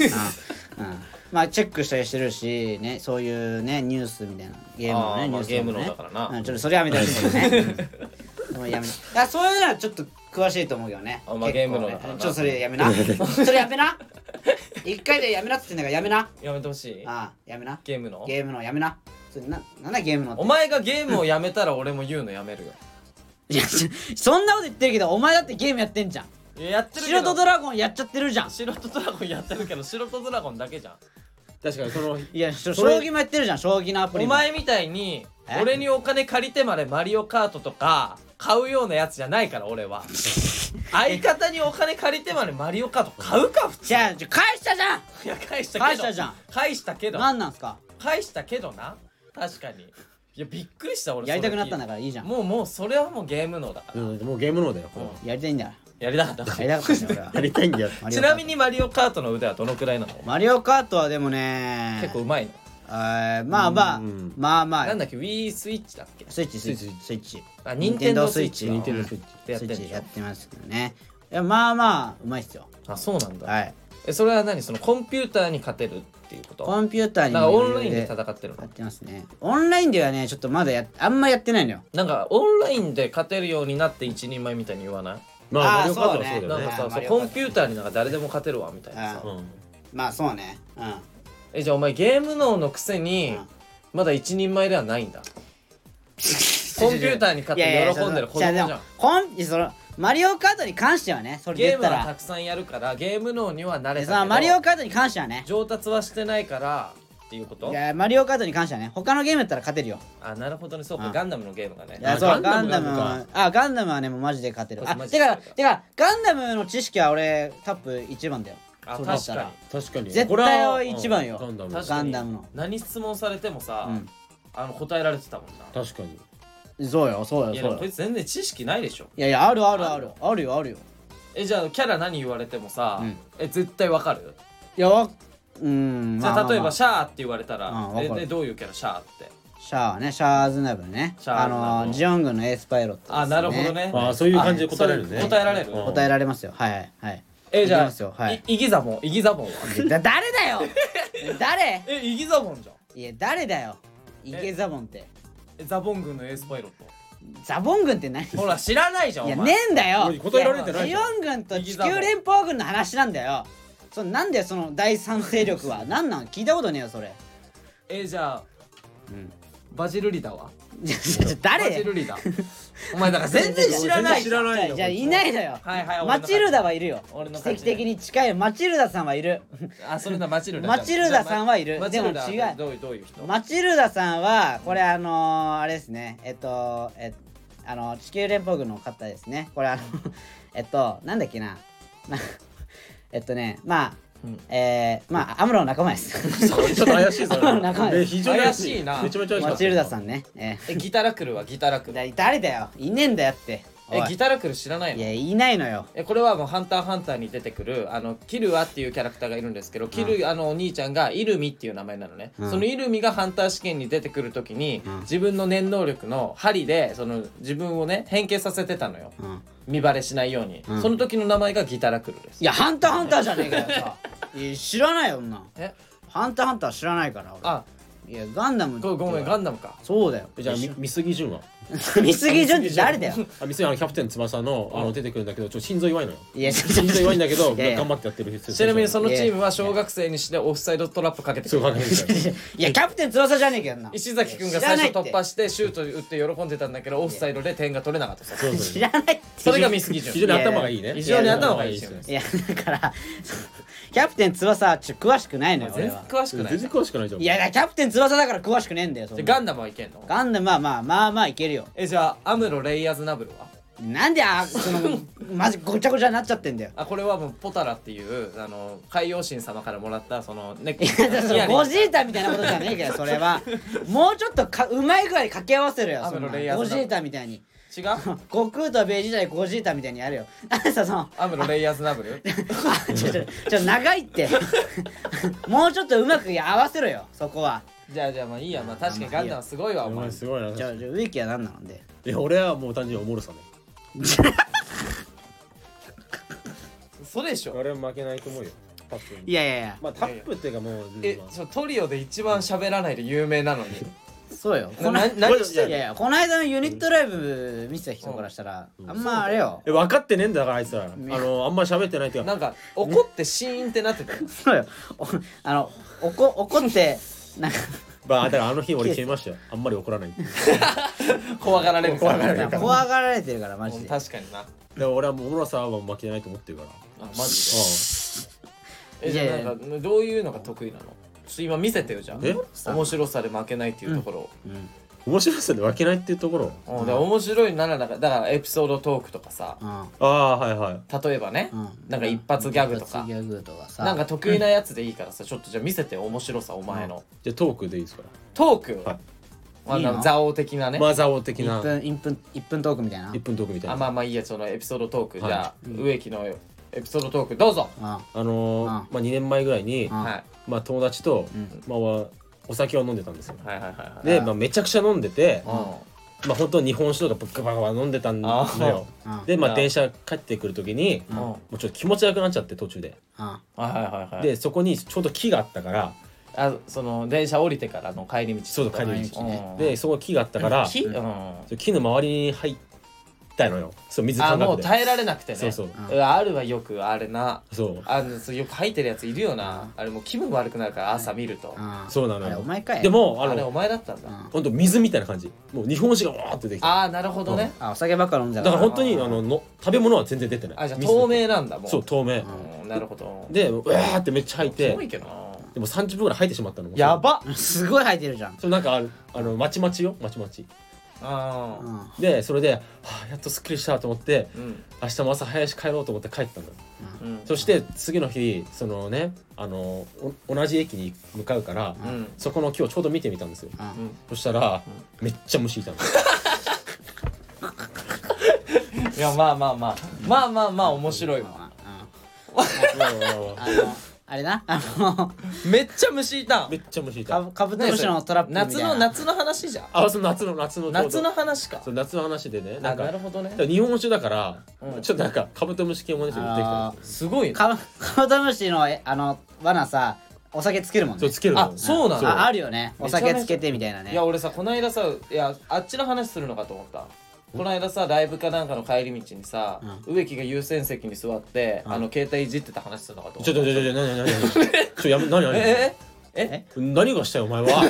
Speaker 1: うんうんまあチェックしたりしてるし、ね、そういうねニュースみたいなゲームの
Speaker 2: あ
Speaker 1: ね
Speaker 2: ー
Speaker 1: ニ
Speaker 2: ま
Speaker 1: ュー
Speaker 2: あ
Speaker 1: スとね
Speaker 2: ゲームのだからな
Speaker 1: うん、ちょっとそれやめてほしいけど ねうん もうやめいやそういうのはちょっと詳しいと思うけどね
Speaker 2: あまあ
Speaker 1: 結構ね
Speaker 2: ゲームのだからな
Speaker 1: ちょっとそれや めなそれやめな一回でやめなっつってんだからやめな
Speaker 2: やめてほしい
Speaker 1: あーやめな
Speaker 2: ゲームの
Speaker 1: ゲームのやめなそれななんだゲームのって
Speaker 2: お前がゲームをやめたら俺も言うのやめるよ
Speaker 1: いやちょそんなこと言ってるけどお前だってゲームやってんじゃん
Speaker 2: いややってるけ
Speaker 1: 素
Speaker 2: ど
Speaker 1: 人ドラゴンやっちゃってるじゃん
Speaker 2: 素人ドラゴンやってるけど素人ドラゴンだけじゃん
Speaker 3: 確かにその
Speaker 1: いや将
Speaker 3: それ
Speaker 1: 棋もやってるじゃん将棋のアプリ
Speaker 2: お
Speaker 1: も
Speaker 2: 前みたいに
Speaker 1: え
Speaker 2: 俺にお金借りてまでマリオカートとか買うようなやつじゃないから俺は 相方にお金借りてまでマリオカート買うか普通
Speaker 1: じゃあじゃあ返したじゃん
Speaker 2: いや返したけど
Speaker 1: 返したじゃん
Speaker 2: 返したけど
Speaker 1: 何なんすか
Speaker 2: 返したけどな確かにいやびっくりした俺
Speaker 1: やりたくなったんだ
Speaker 2: か
Speaker 1: からいいじゃん
Speaker 2: もうもうそれはもうゲーム脳だから、
Speaker 3: うんもうゲームのだよこれは
Speaker 1: やりたいんだか
Speaker 2: やりたかった
Speaker 1: らやりたかったんだよ
Speaker 3: やりたいんだよ
Speaker 1: 俺は
Speaker 2: ちなみにマリオカートの腕はどのくらいなの
Speaker 1: マリオカートはでもね
Speaker 2: 結構うまいの
Speaker 1: えーまあまあ
Speaker 3: うん
Speaker 1: まあま
Speaker 2: な
Speaker 1: あ
Speaker 2: んだっけ Wii スイッチだっけ
Speaker 1: スイッチスイッ
Speaker 3: スイ
Speaker 1: チスイッチ
Speaker 2: あ任天堂スイッチ
Speaker 1: 任
Speaker 3: テ
Speaker 1: 天
Speaker 3: ン
Speaker 1: 堂ス
Speaker 3: ドス
Speaker 1: イッ
Speaker 3: イ
Speaker 1: チ
Speaker 3: ッ
Speaker 2: でやってん
Speaker 3: チ
Speaker 1: スイ
Speaker 2: で
Speaker 1: ッチ
Speaker 2: し
Speaker 1: やっ
Speaker 2: ょ
Speaker 1: てますけどねいやまあまあうまいっすよ
Speaker 2: あそうなんだ、
Speaker 1: はい
Speaker 2: えそれは何そのコンピューターに勝てるっていうこと
Speaker 1: コンピューターに
Speaker 2: なんかオンラインで
Speaker 1: で
Speaker 2: 戦ってる
Speaker 1: や
Speaker 2: の
Speaker 1: ってますねオンラインではねちょっとまだやあんまやってないのよ
Speaker 2: なんかオンラインで勝てるようになって一人前みたいに言わない
Speaker 3: まあ
Speaker 1: あー
Speaker 3: マリオカートはそうだ
Speaker 2: な
Speaker 3: よ
Speaker 2: ん
Speaker 3: ね
Speaker 2: かさ
Speaker 1: マ
Speaker 2: そう
Speaker 1: リオカート
Speaker 2: コンピューターになんか誰でも勝てるわみたいなさ
Speaker 1: う
Speaker 3: うん
Speaker 1: まあそうねうん
Speaker 2: えじゃあお前ゲーム脳のくせに
Speaker 1: うん
Speaker 2: まだ一人前ではない んだコンピューターに勝っ
Speaker 1: いやいや
Speaker 2: て喜んでる子供じゃ
Speaker 1: いやで
Speaker 2: ん
Speaker 1: もコンそのマリオカートに関してはねそれで
Speaker 2: ゲ
Speaker 1: 言
Speaker 2: ー
Speaker 1: っ
Speaker 2: ム
Speaker 1: た
Speaker 2: はた
Speaker 1: ら
Speaker 2: くさんやるからゲーム脳には慣れ
Speaker 1: で
Speaker 2: た
Speaker 1: さ
Speaker 2: け
Speaker 1: マリオ
Speaker 2: ど
Speaker 1: カートに関してはね
Speaker 2: 上達はしてないからっていうこと
Speaker 1: いやマリオカートに関してはね他のゲームやったら勝てるよ
Speaker 2: あなるほどねそう
Speaker 1: う
Speaker 2: か
Speaker 1: ん
Speaker 2: ガンダムのゲームがね
Speaker 1: いや
Speaker 3: あ
Speaker 1: そう
Speaker 3: ガ
Speaker 1: ガ
Speaker 3: ン
Speaker 1: ンダ
Speaker 3: ダム
Speaker 1: ム
Speaker 3: か
Speaker 1: はあガンダムはねもうマジで勝てる
Speaker 2: こい
Speaker 1: あ
Speaker 2: つマジ
Speaker 1: て
Speaker 2: で
Speaker 1: か
Speaker 2: 勝てる
Speaker 1: てかガンダムの知識は俺タップ一番だよ
Speaker 2: あ
Speaker 1: そうだったら
Speaker 2: 確か
Speaker 3: 確かに
Speaker 1: 絶対
Speaker 3: これは
Speaker 1: 一番よ
Speaker 3: ガンダム
Speaker 2: 確
Speaker 1: ガ
Speaker 2: かに
Speaker 1: ンダムの
Speaker 2: 何質問されてもさ
Speaker 1: うん
Speaker 2: あの答えられてたもんな
Speaker 3: 確かに
Speaker 1: そうよそうよ
Speaker 2: いやで
Speaker 1: そ
Speaker 2: も
Speaker 1: う
Speaker 2: こ
Speaker 1: よ
Speaker 2: いつ全然知識ないでしょ
Speaker 1: いやいやあるあるあるあるよあるよ
Speaker 2: えじゃあキャラ何言われてもさ
Speaker 1: うん
Speaker 2: え絶対わかる
Speaker 1: いやわうん
Speaker 2: じゃ
Speaker 1: ま
Speaker 2: あ
Speaker 1: ま
Speaker 2: 例えば
Speaker 1: ま
Speaker 2: シャーって言われたら
Speaker 1: うんわか
Speaker 2: え
Speaker 1: る
Speaker 2: でどういうキャラシャーって
Speaker 1: シャアねシャアズナブルね
Speaker 2: シャ
Speaker 1: あ
Speaker 2: アズナブル
Speaker 1: のジオン軍のエースパイロットですね
Speaker 2: あなるほどね
Speaker 3: あーそういう感じで答えられる
Speaker 2: あ
Speaker 3: ね
Speaker 2: そう答えられる
Speaker 3: うん
Speaker 1: 答えられますよはいはいはい
Speaker 2: えじゃ
Speaker 1: いきますよ
Speaker 2: あ
Speaker 1: はい
Speaker 2: いイギザモンイギザモンは
Speaker 1: だ誰だよ 誰
Speaker 2: えイギザモンじゃん
Speaker 1: いや誰だよイケザボンって
Speaker 2: えザボン軍のエースパイロット
Speaker 1: ザボン軍って何
Speaker 2: ほら知らないじゃ
Speaker 1: い
Speaker 2: んお
Speaker 1: や
Speaker 2: 前
Speaker 1: ねえんだよ
Speaker 3: おい答えられてない
Speaker 1: い
Speaker 3: じ
Speaker 1: や
Speaker 3: ゃん
Speaker 1: ジオン軍と地球連邦軍の話なんだよそのなんだよその第三勢力はなんなん聞いたことねえよそれ、
Speaker 2: えじゃあ
Speaker 1: うん、
Speaker 2: バジルリダはバジ
Speaker 1: 誰
Speaker 2: ルリ ダお前だから全然知らない
Speaker 3: 全然知らないよ
Speaker 1: じゃあいないのよ
Speaker 2: はいはい俺の
Speaker 1: マチルダはいるよ
Speaker 2: 俺の
Speaker 1: 奇
Speaker 2: 感
Speaker 1: 跡
Speaker 2: じ
Speaker 1: 的に近いマチルダさんはいる
Speaker 2: あそれだマチルダ
Speaker 1: マチルダさんはいる
Speaker 2: じゃあマチル
Speaker 1: でも
Speaker 2: ダ
Speaker 1: 違う
Speaker 2: どういうどういう人
Speaker 1: マチルダさんはこれあのー、あれですねえっとえあの地球連邦軍の方ですねこれあの えっとなんだっけななえっとねま
Speaker 2: うん
Speaker 1: あえー、まあアムロの仲間です
Speaker 3: ちょっと怪しい ぞ
Speaker 1: 仲間です
Speaker 3: え非常に
Speaker 2: 怪しいな
Speaker 3: めちゃめちゃ怪しかった
Speaker 1: マチルダさんねえ
Speaker 2: えギタラクルはギタラ
Speaker 1: ー
Speaker 2: クル
Speaker 1: だ誰だよいねえんだよっておい
Speaker 2: えギタラクル知らない
Speaker 1: い
Speaker 2: の
Speaker 1: やいないのよ
Speaker 2: えこれはもう「ハンターハンター」に出てくるあのキルアっていうキャラクターがいるんですけどキルアのお兄ちゃんがイルミっていう名前なのね、
Speaker 1: うん
Speaker 2: そのイルミがハンター試験に出てくる時に、
Speaker 1: うん
Speaker 2: 自分の念能力の針でその自分をね変形させてたのよ
Speaker 1: うん
Speaker 2: 見バレしないように、
Speaker 1: ん
Speaker 2: その時の名前がギタラクルです
Speaker 1: いやハンターハンターじゃねえかよさいや知らないよそんなん
Speaker 2: え
Speaker 1: ハンターハンター知らないから俺
Speaker 2: あ
Speaker 1: いやガンダムって
Speaker 2: ごごめんガンダムか
Speaker 1: そうだよ
Speaker 3: じゃあみ見過ぎ順は
Speaker 1: 見過ぎ順って誰だよ
Speaker 3: あ見過ぎあのキャプテン翼のあの出てくるんだけどちょっと心臓弱いのよ
Speaker 1: いやちょっと
Speaker 3: 心臓弱いんだけど
Speaker 1: いやいや
Speaker 3: 頑張ってやってる
Speaker 2: ちなみにそ
Speaker 3: の
Speaker 2: のチームは小学生にしてオフサイドトラップかけてく
Speaker 3: そう
Speaker 2: る
Speaker 3: 考えてる
Speaker 1: いやキャプテン翼じゃねえけどな
Speaker 2: 石崎君が最初突破
Speaker 1: し
Speaker 2: してシュート打って喜んでたんだけどオフサイドで点が取れなかったそう
Speaker 3: そう
Speaker 1: 知
Speaker 3: そう
Speaker 1: らないって
Speaker 2: それが見過ぎじゃ
Speaker 3: 非常に頭がいいね
Speaker 2: 非常に頭がいいですよ
Speaker 1: いやだから キャプテン翼はちょっと詳しくないのよ俺
Speaker 2: 全然
Speaker 1: は
Speaker 2: 詳しくない
Speaker 3: 全然詳しくないじゃん
Speaker 1: いやだからキャプテン翼だから詳しくねえんだよそん
Speaker 2: で
Speaker 1: な
Speaker 2: ガンダムはいけんの
Speaker 1: ガンダムまあまあまあまあいけるよ
Speaker 2: えじゃあアムロレイヤーズナブルは
Speaker 1: なんであそ のマジごちゃごちゃになっちゃってんだよ
Speaker 2: あこれはもうポタラっていうあの海洋神様からもらったそのね
Speaker 1: いやそのゴジータみたいなことじゃねえ けどそれはもうちょっとかうまい具合に掛け合わせるよそんな
Speaker 2: 雨のレイヤー
Speaker 1: ゴ
Speaker 2: ズ
Speaker 1: ジ
Speaker 2: だ
Speaker 1: ータみたいに
Speaker 2: 違う
Speaker 1: 悟空とベジータでゴジータみたいにやるよあんさその
Speaker 2: アムロレイヤーズダ ブル
Speaker 1: あちょちょちょ長いって もうちょっとうまく合わせろよそこは
Speaker 2: じゃあじゃあまあいいやまあ確かにガンダムすごいわお
Speaker 3: お
Speaker 2: 前
Speaker 3: 前すごいな
Speaker 1: じゃあじゃあ植木は何なので
Speaker 3: いや俺はもう単純におもろさね
Speaker 2: そうでしょ
Speaker 3: 俺は負けないと思うよタップ
Speaker 1: いやいやいや
Speaker 3: まあタップっていうかもう
Speaker 2: えそうトリオで一番喋らないで有名なのに
Speaker 1: そうよ
Speaker 2: なな何して
Speaker 1: い
Speaker 2: んの
Speaker 1: やいやこの間のユニットライブ見てた人からしたら、あんまあれよ
Speaker 3: え分かってねえんだからあいつらあのあんま喋ってないっていうか
Speaker 2: なんか怒ってシーンってなってた よ
Speaker 1: そうよおあのおこ怒ってなんか
Speaker 3: まあだからあの日俺決めましたよあんまり怒らないって
Speaker 2: 怖がられる
Speaker 3: 怖がられ
Speaker 2: る
Speaker 3: る
Speaker 1: 怖がられてるからマジで
Speaker 2: 確かにな
Speaker 3: でも俺はもうおもろさはもう負けないと思ってるからう
Speaker 2: あマジでえ
Speaker 3: ん
Speaker 1: い
Speaker 2: じゃ
Speaker 1: やいや
Speaker 2: あなんかどういうのが得意なのちょっと今見せてよじゃ
Speaker 3: え
Speaker 2: あ面白さで負けないっていうところを
Speaker 1: うん
Speaker 3: 面白さで負けないっていうところ
Speaker 2: うんだから面白いならだからだからエピソードトークとかさ
Speaker 1: うん
Speaker 3: ああはいはい
Speaker 2: 例えばね
Speaker 1: うん
Speaker 2: なんか一発ギャグとか
Speaker 1: 一発ギャグとかさ
Speaker 2: なんか得意なやつでいいからさちょっとじゃあ見せてよ面白さお前の
Speaker 3: じゃあトークでいいですか
Speaker 2: トーク
Speaker 3: はい
Speaker 2: まあ
Speaker 1: いいの
Speaker 2: 座王的なね
Speaker 3: マザオ的
Speaker 1: 1
Speaker 3: な
Speaker 1: 分1分一分トークみたいな
Speaker 3: 1分トークみた
Speaker 2: あ
Speaker 3: いな
Speaker 2: まあまあいいやそのエピソードトークじ
Speaker 3: はい
Speaker 2: ゃあ植木のエピソードトークどうぞ
Speaker 1: うん
Speaker 3: あのーまあ2年前ぐらいに
Speaker 1: うん
Speaker 2: はい
Speaker 3: まあ友達とまあおお酒を飲んでたんですよ
Speaker 2: はいはいはい
Speaker 3: でまあめちゃくちゃ飲んでて
Speaker 2: はい
Speaker 3: まあ本当に日本酒とかブッカバカ飲んでたんだよ
Speaker 1: あー
Speaker 3: でま
Speaker 2: あ
Speaker 3: あ
Speaker 2: ー
Speaker 3: 電車帰ってくる時に
Speaker 2: うんうん
Speaker 3: もうちょっと気持ち悪くなっちゃって途中で
Speaker 1: うん
Speaker 2: はいはいはいはい
Speaker 3: でそこにちょうど木があったから
Speaker 2: あその電車降りてからの帰り道
Speaker 3: そうだ帰り
Speaker 1: 道ね
Speaker 3: でそこに木があったから
Speaker 2: 木、うん、
Speaker 3: そう木の周りに入ったのよそう水
Speaker 2: あ
Speaker 3: 感
Speaker 2: も
Speaker 3: 覚
Speaker 2: う
Speaker 3: で
Speaker 2: 耐えられなくてね
Speaker 3: そうそう
Speaker 2: うんあるわよくあれな
Speaker 3: そう
Speaker 2: あのそうよく吐いてるやついるよなあれもう気分悪くなるから朝見ると
Speaker 1: うん
Speaker 3: そうなの
Speaker 1: あれ
Speaker 3: よ
Speaker 1: お前かい
Speaker 3: でも
Speaker 2: あ
Speaker 3: あ
Speaker 2: れお
Speaker 3: の
Speaker 2: 前だったんだ
Speaker 1: うん
Speaker 3: 本当水みたいな感じもう日本酒がわーって出てきて
Speaker 2: ああなるほどね
Speaker 1: あお酒ばっか飲んじゃ
Speaker 3: だ
Speaker 1: う
Speaker 3: から本当にあのの食べ物は全然出てない
Speaker 2: あじゃあ
Speaker 3: 水
Speaker 2: 透明なんだもう
Speaker 3: そう透明
Speaker 2: うんなるほど
Speaker 3: でうわーってめっちゃ吐い
Speaker 2: す
Speaker 3: て
Speaker 2: ごいけどな
Speaker 3: でも30分ぐらい吐いてしまったの
Speaker 2: やば
Speaker 1: すごい入ってるじゃん
Speaker 3: そうなんかあるあのまちまちよまちまち
Speaker 2: あ
Speaker 1: うんうん
Speaker 3: でそれで、はあ、やっとすっきりしたと思って
Speaker 2: うん
Speaker 3: 明日も朝早いし帰ろうと思って帰ったのよ
Speaker 2: うん
Speaker 3: そして次の日そのねあのお同じ駅に向かうから、
Speaker 2: うんうん
Speaker 3: そこの木をちょうど見てみたんですよ、
Speaker 2: うん
Speaker 3: そしたら、めっちゃ虫いたの
Speaker 2: いやまあまあまあまあまあまあ面白いわ
Speaker 3: うん
Speaker 1: あのあれなあの
Speaker 2: めっちゃ虫いたん
Speaker 3: めっちゃ虫いた
Speaker 1: カカブトムシのトラップみたいな
Speaker 2: 夏の夏の話じゃん
Speaker 3: あその夏の夏のちょうど
Speaker 2: 夏の話か
Speaker 3: そう夏の話でね
Speaker 2: あ
Speaker 3: なんか
Speaker 2: なるほどね
Speaker 3: だから日本酒だから、
Speaker 2: うん
Speaker 3: ちょっとなんかカブトムシ系もねちょっと出てきたんですよ
Speaker 2: すごいね
Speaker 1: カブカブトムシのえあの罠さお酒つけるもんね
Speaker 3: そうつけるの
Speaker 2: あそうなんだ
Speaker 1: ああるよねお酒つけてみたいなね
Speaker 2: いや俺さこの間さいやあっちの話するのかと思ったこの間さライブかなんかの帰り道にさ、植木が優先席に座って、あの携帯いじってた話するのかと思っ
Speaker 3: ち
Speaker 2: た
Speaker 3: ょちょちょちょ何何 何ちょやめ何何
Speaker 2: えええ
Speaker 3: 何がしたよお前 は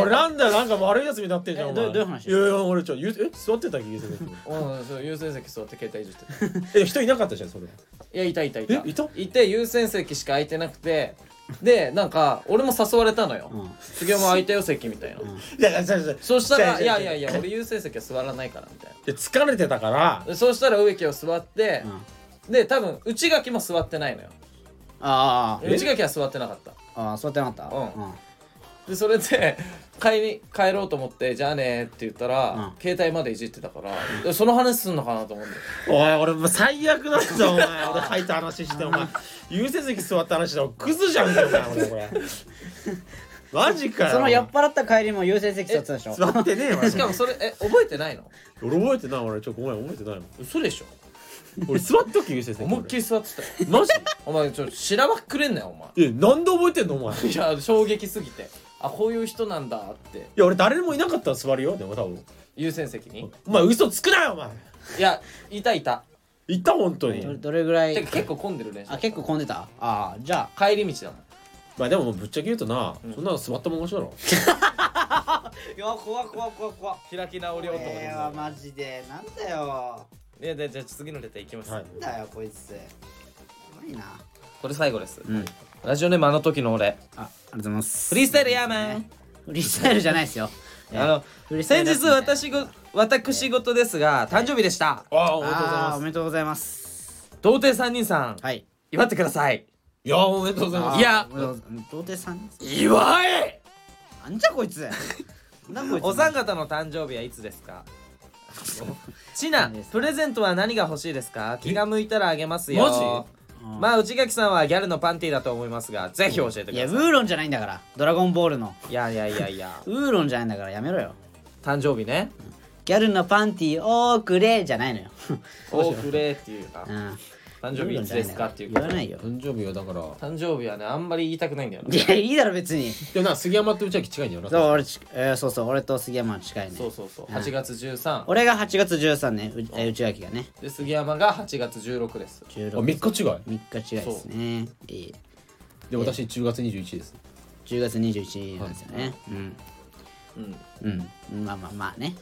Speaker 3: 俺なんだよなんか悪いやつみたいになってんじゃん
Speaker 1: え
Speaker 3: お前
Speaker 1: どうどういう話
Speaker 3: いやいや俺ちょゆえ座ってたっけゆずに
Speaker 2: うんそう優先席座って携帯いじってたい
Speaker 3: え人いなかったじゃんそれ
Speaker 2: やいたいたいた
Speaker 3: えいた
Speaker 2: て優先席しか空いてなくてでなんか俺も誘われたのよ
Speaker 1: うん
Speaker 2: 「杉山空いたよ席」みたいな、
Speaker 3: いやいやいや
Speaker 2: そしたら「いやいやいや俺優先席は座らないから」みたいな
Speaker 3: で疲れてたから
Speaker 2: でそしたら植木を座って、
Speaker 1: うん
Speaker 2: で多分内垣も座ってないのよ
Speaker 1: あー
Speaker 2: 内垣は座ってなかった
Speaker 1: あーそうやってなかった
Speaker 2: うんでそれで帰り帰ろうと思って「じゃあね」って言ったら、
Speaker 1: うん
Speaker 2: 携帯までいじってたからでその話すんのかなと思うんだよ
Speaker 3: おい俺もう最悪なんだお前俺入った話してお前優先席座った話だクズじゃんけお前俺これマジかよ
Speaker 1: その酔っ払った帰りも優先席座ってたでしょ
Speaker 3: 座ってねえわ
Speaker 2: しかもそれえ覚えてないの
Speaker 3: 俺覚えてない俺ちょっとごめん覚えてないもん
Speaker 2: 嘘でしょ
Speaker 3: 俺座っとき優先席
Speaker 2: 思いっき
Speaker 3: り
Speaker 2: り座ってたよ
Speaker 3: マジ
Speaker 2: お前ちょっと知らばっくれんなよお前
Speaker 3: えなんで覚えてんのお前い
Speaker 2: いや衝撃すぎてあこういう人なんだって
Speaker 3: や俺誰もいなかったら座るよでも多分
Speaker 2: 優先席に
Speaker 3: お前嘘つくなよお前
Speaker 2: いやいたいた
Speaker 3: 言った本当に、
Speaker 1: どれどれぐら
Speaker 2: て
Speaker 1: い
Speaker 2: か結構混んでるね
Speaker 1: あ結構混んでたああじゃ
Speaker 2: 帰り道だもん
Speaker 3: まあでもぶっちゃけ言うとな、そんなの座ったまましだろ
Speaker 1: あいや怖怖怖怖
Speaker 2: 開き直り
Speaker 1: こ
Speaker 2: 男
Speaker 1: れ
Speaker 2: で
Speaker 1: は
Speaker 2: す
Speaker 1: マジでなんだよ
Speaker 2: いやでじゃあ次のレターいきます、
Speaker 3: はい
Speaker 1: なんだよこいつやばいな
Speaker 2: これ最後です、
Speaker 1: うん
Speaker 2: ラジオネームあの時の俺
Speaker 1: あありがとうございます
Speaker 2: フリースタイルやーマン
Speaker 1: フリースタイルじゃないですよええ
Speaker 2: あの
Speaker 1: 振り袖
Speaker 2: 先
Speaker 1: 出す
Speaker 2: 日
Speaker 1: みたいな
Speaker 2: 私ご私事ですが誕生日でした
Speaker 3: ああおめでとうござい
Speaker 1: あー
Speaker 3: ま
Speaker 1: お
Speaker 3: す
Speaker 1: めでとうございます
Speaker 2: 童貞3人さん
Speaker 1: はい
Speaker 2: 祝ってください
Speaker 3: いやおめでとうござい
Speaker 1: あ
Speaker 3: ま
Speaker 1: ー
Speaker 2: いや
Speaker 1: おめでとうございます童貞さん
Speaker 2: 祝え
Speaker 1: なんじゃこいつなんこいつ
Speaker 2: お三方の誕生日はいつです かちなプレゼントは何が欲しいですか気が向いたらあげますよ
Speaker 3: マ
Speaker 1: うん
Speaker 2: まあ内垣さんはギャルのパンティだと思いますがぜひ教えてく
Speaker 1: いや
Speaker 2: だ
Speaker 1: ウ
Speaker 2: さい
Speaker 1: ーロンじゃないんだからドラゴンボールの
Speaker 2: いやいやいやいや
Speaker 1: ウーロンじゃないんだからやめろよ
Speaker 2: 誕生日ね
Speaker 1: ギャルのパンティーくれじゃないのよ、
Speaker 2: おくれっていうか
Speaker 1: うん、
Speaker 2: 誕生日いつですかっていう
Speaker 1: 言わないよ
Speaker 4: 誕生日はだから
Speaker 2: 誕生日はねあんまり言いたくないんだよ
Speaker 1: い
Speaker 2: ね
Speaker 1: やいいだろ別に
Speaker 4: でもな杉山ってうちは近いんだよな
Speaker 1: そう俺ち、えーそうそう俺と杉山は近いね
Speaker 2: そうそうそう8月13
Speaker 1: 俺が8月13ねう、えー、内垣がね
Speaker 2: で杉山が8月16です
Speaker 1: 16
Speaker 4: あ3日違い
Speaker 1: 3日違いですねえー
Speaker 4: で私10月21日です
Speaker 1: 10月21日なんですよね、うん
Speaker 2: うん
Speaker 1: うんまあまあまあね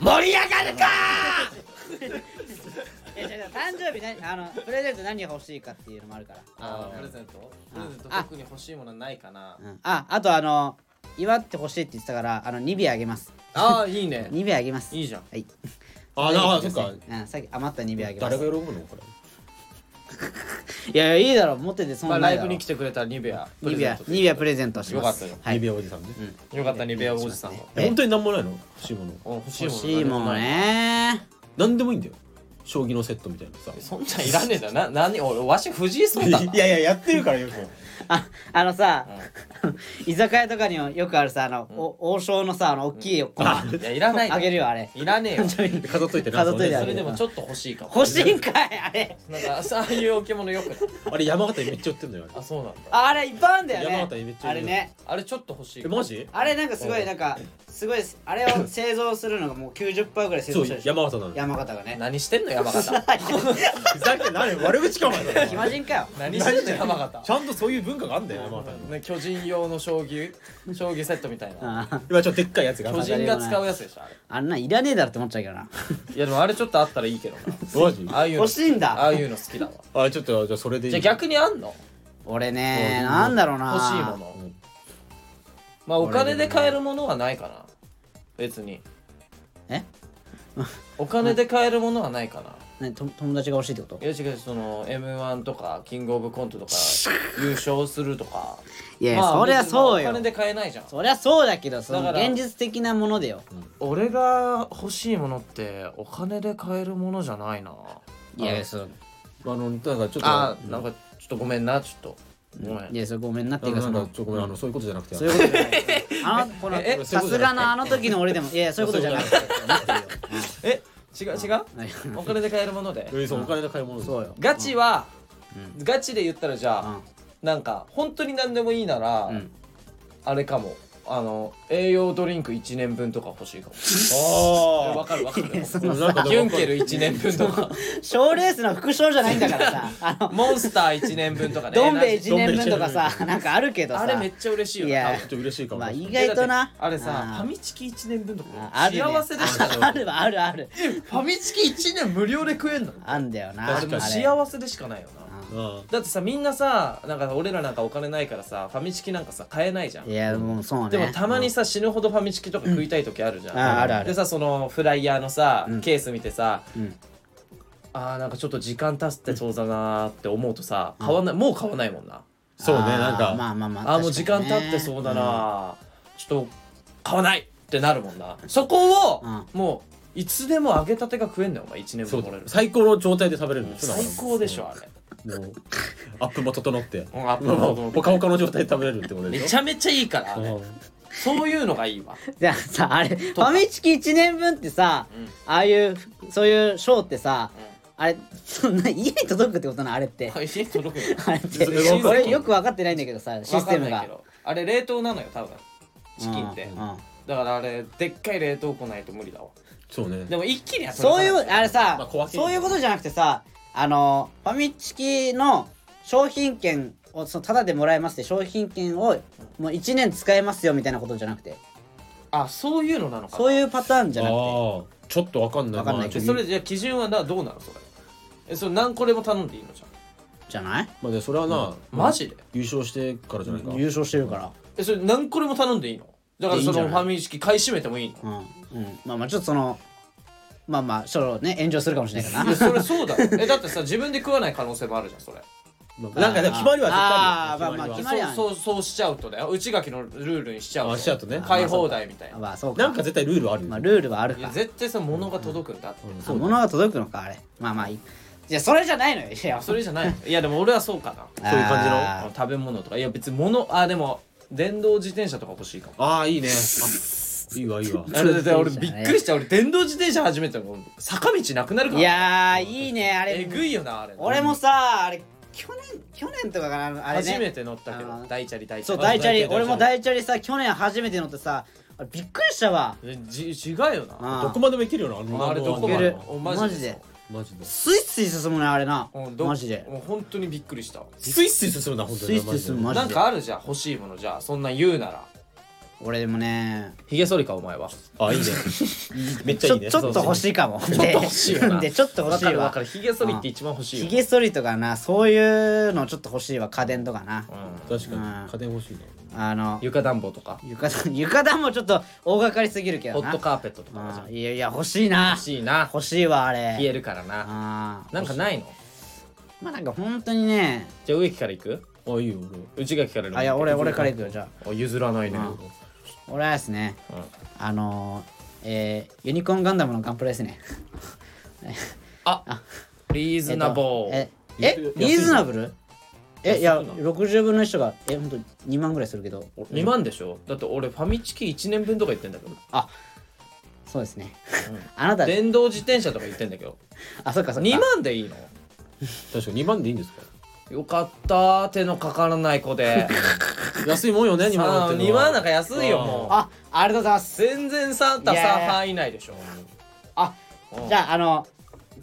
Speaker 2: 盛り上がるか
Speaker 1: えじゃあ誕生日何あのプレゼント何が欲しいかっていうのもあるから
Speaker 2: あープレゼントプレゼント
Speaker 1: あ
Speaker 2: 特に欲しいものないかな
Speaker 1: うんああとあの祝ってほしいって言ってたからあの2秒あげます
Speaker 2: ああいいね
Speaker 1: 2秒あげます
Speaker 2: いいじゃん
Speaker 1: はい
Speaker 4: ああそっか
Speaker 1: うんさっき余った2秒あげま
Speaker 4: 誰
Speaker 1: す
Speaker 4: が喜ぶのこれ
Speaker 1: いやいやいいだろ持っててそん
Speaker 2: ま
Speaker 1: な
Speaker 2: あ
Speaker 1: んな
Speaker 2: ラ
Speaker 1: い
Speaker 2: イ
Speaker 1: だ
Speaker 2: ブ
Speaker 1: ろ
Speaker 2: に来てくれたニベアプ
Speaker 1: 2
Speaker 2: レゼ
Speaker 1: 秒
Speaker 2: ント
Speaker 1: 2秒プレゼントします
Speaker 2: よかっ
Speaker 1: はい
Speaker 4: 指輪おじさんね
Speaker 2: よかったニベアおじさん
Speaker 1: うん
Speaker 4: え本当になんもないの欲しいもの
Speaker 2: お欲しい
Speaker 1: 欲
Speaker 2: もの
Speaker 1: しいものね
Speaker 4: なんでもいいんだよ将棋のセットみたいなさ
Speaker 2: そんなんいらねえだな何俺わし藤井聡太だ
Speaker 3: いやいややってるからよく
Speaker 1: ああのさ、 居酒屋とかにもよくあるさあの、お王将のさあの大きいおあ
Speaker 2: いやいらない
Speaker 1: あげるよあれ
Speaker 2: いらねえよ
Speaker 1: 飾
Speaker 4: 飾っといてな
Speaker 1: 飾っといてあ
Speaker 2: そ
Speaker 1: げ
Speaker 2: れ
Speaker 1: る
Speaker 2: でもちょっと欲しいかも
Speaker 1: 欲しいんかいあれ
Speaker 2: なんかそういう置物よくない
Speaker 4: あれ山形にめっちゃ売ってんだよあれ
Speaker 2: あそうなんだ
Speaker 1: あれいっぱいあるんだよ
Speaker 4: 山
Speaker 1: ね
Speaker 4: 形にめっちゃ
Speaker 1: あ
Speaker 4: いる
Speaker 1: れね
Speaker 2: あれちょっと欲しい
Speaker 4: えマジ
Speaker 1: あれなんかすごいなんかすごいですあれを製造するのがもう90%ぐらい製
Speaker 4: そ
Speaker 1: 造
Speaker 4: う
Speaker 1: してるでしょ
Speaker 4: 山形なの
Speaker 1: 山形がね
Speaker 2: 何してんの山形
Speaker 3: ふざけんな何悪口かお前
Speaker 1: 暇人かよ
Speaker 2: 何してんの山形
Speaker 3: ちゃんとそういう文化があんだよ山形に
Speaker 2: ね巨人用の将棋将棋セットみたいな
Speaker 1: あ
Speaker 4: 今ちょっとでっかいやつが
Speaker 2: 巨人が使うやつでしょあれ
Speaker 1: あんないらねえだろって思っちゃうけどない
Speaker 2: やでもあれちょっとあったらいいけど
Speaker 4: マジ
Speaker 2: なああいうの
Speaker 1: 欲しいん
Speaker 2: ああ
Speaker 1: だ
Speaker 2: いうの好きだわ
Speaker 4: あちょっとじゃあそれでいい
Speaker 2: じゃあ逆にあんの
Speaker 1: 俺ねなんだろうな
Speaker 2: 欲しいもの
Speaker 4: うん
Speaker 2: まあお金で買えるものはないかな別に
Speaker 1: え
Speaker 2: お金で買えるものはないかな
Speaker 1: 何と友達が欲しいってこと
Speaker 2: いや違うその m 1とかキングオブコント とか優勝するとか
Speaker 1: いや、
Speaker 2: まあ
Speaker 1: そりゃそう
Speaker 2: 別にお
Speaker 1: よ
Speaker 2: 金で買えないじゃん
Speaker 1: そりゃそうだけどその
Speaker 2: だから
Speaker 1: 現実的なものでよ
Speaker 2: 俺が欲しいものってお金で買えるものじゃないない
Speaker 1: やそう
Speaker 4: あのだからちょっと
Speaker 2: あ
Speaker 4: うん
Speaker 2: なんかちょっとごめんなちょっとごめん
Speaker 1: いやそれごめんなって
Speaker 4: あ
Speaker 1: いうか
Speaker 4: の
Speaker 1: そ
Speaker 4: なん
Speaker 1: の
Speaker 4: かちょごめんあのそういうことじゃなくて
Speaker 1: そういうことじゃないあのこ
Speaker 2: え
Speaker 1: の
Speaker 2: え
Speaker 1: さすがのあの時の俺でもいやそういうことじゃなくて
Speaker 2: え違う違うお金で買えるもので
Speaker 4: よりそうお金で買い物
Speaker 1: そうよ
Speaker 2: ガチはガチで言ったらじ
Speaker 1: う
Speaker 2: ゃあ
Speaker 1: ん
Speaker 2: なんか本当に何でもいいなら
Speaker 1: ん
Speaker 2: あれかもあの栄養ドリンク1年分とか欲しいかも
Speaker 3: あ
Speaker 2: わかるわかる
Speaker 1: いや そ
Speaker 4: でも
Speaker 1: の
Speaker 4: なんか
Speaker 2: ユンケル1年分 とか
Speaker 1: 賞レースの副賞じゃないんだから さあの
Speaker 2: モンスター1年分とかね
Speaker 1: どん兵衛1年分とかさなんかあるけどさ
Speaker 2: あれめっちゃ嬉しいよ
Speaker 1: い
Speaker 2: ね
Speaker 1: や
Speaker 4: ちょっと嬉しいかも
Speaker 1: まあ意外とな
Speaker 2: あれさ
Speaker 1: うん
Speaker 2: ファミチキ1年分と
Speaker 1: あ
Speaker 2: か
Speaker 1: あるね
Speaker 2: 幸せでした
Speaker 1: あるわあるある
Speaker 2: ファミチキ1年無料で食えんの
Speaker 1: あんだよな
Speaker 2: あ
Speaker 1: あ
Speaker 2: れ
Speaker 1: れ
Speaker 2: もう幸せでしかないよな
Speaker 4: うん
Speaker 2: だってさみんなさなんか俺らなんかお金ないからさファミチキなんかさ買えないじゃん
Speaker 1: いやもうそうね
Speaker 2: でもたまにさ死ぬほどファミチキとか食いたい時あるじゃん、
Speaker 1: うんああるある
Speaker 2: でさそのフライヤーのさ、ケース見てさ、
Speaker 1: ん
Speaker 2: あーなんかちょっと時間経ってそうだなーって思うとさ買わない、もう買わないもんな、
Speaker 4: そうね
Speaker 1: あー
Speaker 4: なんか、
Speaker 1: まあまあまあ
Speaker 2: あーもう時間経ってそうだなー、ちょっと買わないってなるもんなそこを、
Speaker 1: うん
Speaker 2: もういつでも揚げたてが食えんだよお前1年
Speaker 4: そう
Speaker 2: 分もらえる
Speaker 4: 最高の状態で食べれるんです
Speaker 2: 最高でしょあれ
Speaker 4: もうアップも整って
Speaker 2: うんアップ
Speaker 4: も
Speaker 2: も
Speaker 4: うもうポカポカの状態で食べれるってことで
Speaker 2: め
Speaker 4: しょ
Speaker 2: ちゃめちゃいいからあれ
Speaker 4: うん
Speaker 2: そういうのがいいわ
Speaker 1: じゃあさあれファミチキ1年分ってさ、ああいうそういう賞ってさ、あれそんな家に届くってことなあれって
Speaker 2: あ家に届くの
Speaker 1: あれって
Speaker 4: それわかんない
Speaker 1: 俺よく分かってないんだけどさシステム
Speaker 2: わかんない
Speaker 1: が
Speaker 2: けどあれ冷凍なのよ多分チキンって、
Speaker 1: うんうん
Speaker 2: だからあれでっかい冷凍庫ないと無理だわ
Speaker 4: そうね
Speaker 2: でも一気には
Speaker 1: そういううあれさ、
Speaker 4: まあ小分け
Speaker 1: そういうことじゃなくてさあのファミチキの商品券をそのタダでもらえますって商品券をもう1年使えますよみたいなことじゃなくて
Speaker 2: あそういうのなのかな
Speaker 1: そういうパターンじ
Speaker 4: あ
Speaker 1: ゃなくて
Speaker 4: ーちょっとわかんない
Speaker 1: わかんないけ
Speaker 2: で
Speaker 1: ど
Speaker 2: それじゃあ基準はなどうなのそれえそれ何個でも頼んでいいのじゃん
Speaker 1: じゃな
Speaker 4: ま
Speaker 1: い
Speaker 4: あ、まあでそれはな、
Speaker 2: マジで
Speaker 4: 優勝してからじゃないか
Speaker 1: 優勝してるから
Speaker 2: えそれ何個でも頼んでいいのだから
Speaker 1: い
Speaker 2: そ
Speaker 1: いんじゃ
Speaker 2: の
Speaker 1: ない
Speaker 2: ファミチキ買い占めてもいいの
Speaker 1: うんうんまあまあちょっとそのまあまあそのね炎上するかもしれないか
Speaker 2: い
Speaker 1: ら
Speaker 2: や それそうだろえだってさ自分で食わない可能性もあるじゃんそれ
Speaker 1: な
Speaker 3: なんかでも決まりは絶対あるよ
Speaker 1: あーまあまあ
Speaker 3: 決
Speaker 1: 決
Speaker 3: ま
Speaker 1: まりは
Speaker 2: そうそうそうしちゃうとだよ内垣のルールにしちゃう
Speaker 3: あしちゃうとね
Speaker 2: 買い放題みたい
Speaker 1: あ
Speaker 2: な
Speaker 1: まあそう
Speaker 3: り
Speaker 1: か
Speaker 3: はなんか絶対ルールはあるよ
Speaker 1: まあルールはある
Speaker 2: いや
Speaker 1: か
Speaker 2: 絶対さ物が届くんだって、
Speaker 3: うん
Speaker 1: あ
Speaker 3: そうだ
Speaker 1: 物が届くのかあれまあまあいいいやそれじゃないのよいや
Speaker 2: それじゃないのいやでも俺はそうかな
Speaker 1: あー
Speaker 5: そういう感じの
Speaker 2: あの食べ物とかいや別に物あでも電動自転車とか欲しいかも
Speaker 3: ああいいねあいいわいいわ
Speaker 2: あれだって俺びっくりした俺電動自転車初めての坂道なくなるから
Speaker 1: いやーいいねあ
Speaker 2: え
Speaker 1: れ
Speaker 2: ぐいよなあれ
Speaker 1: 俺もさあれ去年去年とかかなあれ
Speaker 2: 初
Speaker 1: ね
Speaker 2: めて乗ったけ
Speaker 1: あ
Speaker 2: ど
Speaker 1: ー
Speaker 2: 大チャリ大チ
Speaker 1: そ
Speaker 2: ャ
Speaker 1: う
Speaker 2: リ
Speaker 1: 大チャリ
Speaker 3: 大チャリ
Speaker 1: 俺も大チャリさ去年初めて乗ってさあれびっくりしたわ
Speaker 2: えじ違うよな
Speaker 1: あ
Speaker 3: どこまでもいけるよなあ
Speaker 2: あれどこま
Speaker 1: いけ
Speaker 2: で
Speaker 1: る
Speaker 2: お
Speaker 1: マジで
Speaker 3: マジでス
Speaker 1: スイスイ進むねあれな
Speaker 2: そううんど
Speaker 1: マジで
Speaker 2: もう本当にびっくりした
Speaker 3: イスイ進むな本当
Speaker 1: ス
Speaker 3: に
Speaker 1: イスイ進む
Speaker 3: マ
Speaker 1: マ
Speaker 2: な
Speaker 1: ジ
Speaker 2: ん
Speaker 1: で
Speaker 2: かあるじゃん欲しいものじゃあそんなん言うなら
Speaker 1: 俺でもね
Speaker 2: ひげ剃りかお前は
Speaker 3: ジであいいね めっち
Speaker 1: ち
Speaker 3: ゃい
Speaker 1: ょ
Speaker 3: いね
Speaker 1: ちょっと欲しいかもちょっと
Speaker 2: 欲しいよな
Speaker 1: でちょっと欲
Speaker 2: わ
Speaker 1: し
Speaker 2: か
Speaker 1: い
Speaker 2: るわ
Speaker 1: わ
Speaker 2: かるひげ剃りって一番欲しい
Speaker 1: ひ
Speaker 2: よ
Speaker 1: げ剃りとかなそういうのちょっと欲しいわ家電とかな
Speaker 2: うん
Speaker 3: 確か
Speaker 1: うん
Speaker 3: に家電欲しいな
Speaker 1: あの
Speaker 2: 床暖房とか
Speaker 1: 床 暖床暖もちょっと大掛かりすぎるけ
Speaker 2: ホ
Speaker 1: ど
Speaker 2: ッ
Speaker 1: な
Speaker 2: トカーペットとかじゃ
Speaker 1: あ
Speaker 2: ん
Speaker 1: いやいや欲しいな
Speaker 2: 欲しいな
Speaker 1: 欲しいわあれ
Speaker 2: 冷えるからな
Speaker 1: あー
Speaker 2: なんかないの
Speaker 1: まあなんか本当にね
Speaker 2: じゃあ植木から行く
Speaker 3: あいいよ
Speaker 2: 内垣からでも
Speaker 1: あいや俺俺からいくよじゃあ
Speaker 2: あ譲らないね
Speaker 1: うん俺はですね、
Speaker 2: うん
Speaker 1: あのー、えー、ユニコーンガンダムのガンプラですね。
Speaker 2: リーズナボー
Speaker 1: えっとええ
Speaker 3: 安い
Speaker 1: リーズナブルえいや
Speaker 2: 安いな
Speaker 1: 60分の1とかえほんと2万ぐらいするけど
Speaker 2: 2万でしょだって俺ファミチキ1年分とか言ってんだけど
Speaker 1: そうですね、 あなた
Speaker 2: 電動自転車とか言ってんだけど
Speaker 1: あそっかそっか
Speaker 2: 2万でいいの
Speaker 3: 確かに2万でいいんですか
Speaker 2: よかった手のかからない子 で
Speaker 3: 安いもんよね2万
Speaker 2: あ
Speaker 3: な
Speaker 2: あ
Speaker 3: んて
Speaker 2: 2万なんか安いよもう
Speaker 1: あありがとうございます
Speaker 2: 全然サンタ
Speaker 1: いやー
Speaker 2: 3範囲内でしょ
Speaker 1: あ
Speaker 2: うん
Speaker 1: じゃああの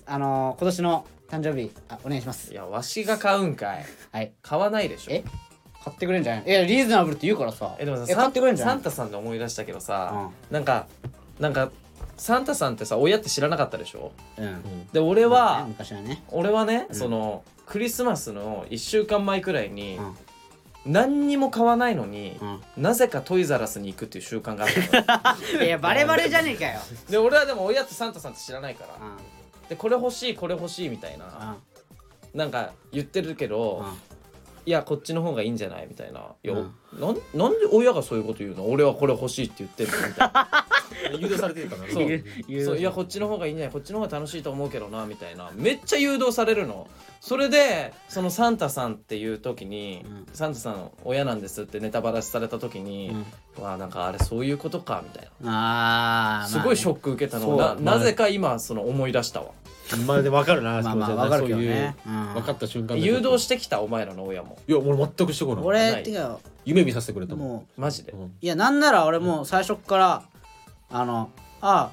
Speaker 1: あのー、今年の誕生日あお願いしま
Speaker 2: い
Speaker 1: す
Speaker 2: やわしが買うんかい
Speaker 1: はい
Speaker 2: 買わないでしょ
Speaker 1: え買ってくれんじゃないいやリーズナブルって言うからさ
Speaker 2: えでもさ
Speaker 1: 買
Speaker 2: サ
Speaker 1: っ
Speaker 2: ン
Speaker 1: てくれんじゃ
Speaker 2: サ
Speaker 1: ない
Speaker 2: ンタさんで思い出したけどさ、なんかなんかサンタさんってさ親って知らなかったでしょ
Speaker 1: うん
Speaker 2: で俺は、
Speaker 1: ね昔はね
Speaker 2: 俺はね、そのクリスマスの1週間前くらいに、
Speaker 1: うん
Speaker 2: 何にも買わないのに、
Speaker 1: う
Speaker 2: なぜかトイザらスに行くっていう習慣があった の
Speaker 1: いやバレバレじゃねえか よ、
Speaker 2: で俺はでも親ってサンタさんって知らないから
Speaker 1: うん
Speaker 2: でこれ欲しいこれ欲しいみたいななんか言ってるけ
Speaker 1: うん
Speaker 2: ど
Speaker 1: うん
Speaker 2: いやこっちの方がいいんじゃないみたいな「いや
Speaker 1: うん
Speaker 2: なんなんで親がそういうこと言うの俺はこれ欲しいって言ってるの?」みたいな
Speaker 3: 誘導されてるから
Speaker 2: そう
Speaker 3: ね
Speaker 2: 「そういやこっちの方がいいんじゃないこっちの方が楽しいと思うけどな」みたいなめっちゃ誘導されるのそれでそのサンタさんっていう時に、
Speaker 1: うん
Speaker 2: サンタさん親なんですってネタバラシされた時に
Speaker 1: うん
Speaker 2: 「わあなんかあれそういうことか」みたい
Speaker 1: あー
Speaker 2: な。
Speaker 1: まあね
Speaker 2: すごいショック受けたのをな,、
Speaker 1: そうだね
Speaker 2: なぜか今その思い出したわ
Speaker 5: まあでわかるな
Speaker 1: まあ
Speaker 5: そ
Speaker 1: ま
Speaker 5: の
Speaker 1: あ
Speaker 5: じゃ
Speaker 1: わ
Speaker 5: な
Speaker 1: かる
Speaker 3: そう
Speaker 1: けどね
Speaker 3: いう
Speaker 1: うん
Speaker 3: 分かった瞬間
Speaker 2: 誘導
Speaker 3: し
Speaker 2: してきたお前らの親も
Speaker 3: いや俺全くしてこない
Speaker 2: な
Speaker 1: 俺
Speaker 2: い
Speaker 1: てか
Speaker 3: 夢見させてくれたもん
Speaker 1: も
Speaker 2: マジで
Speaker 3: う、ん
Speaker 1: ういやなんなら俺もう最初っからあのあ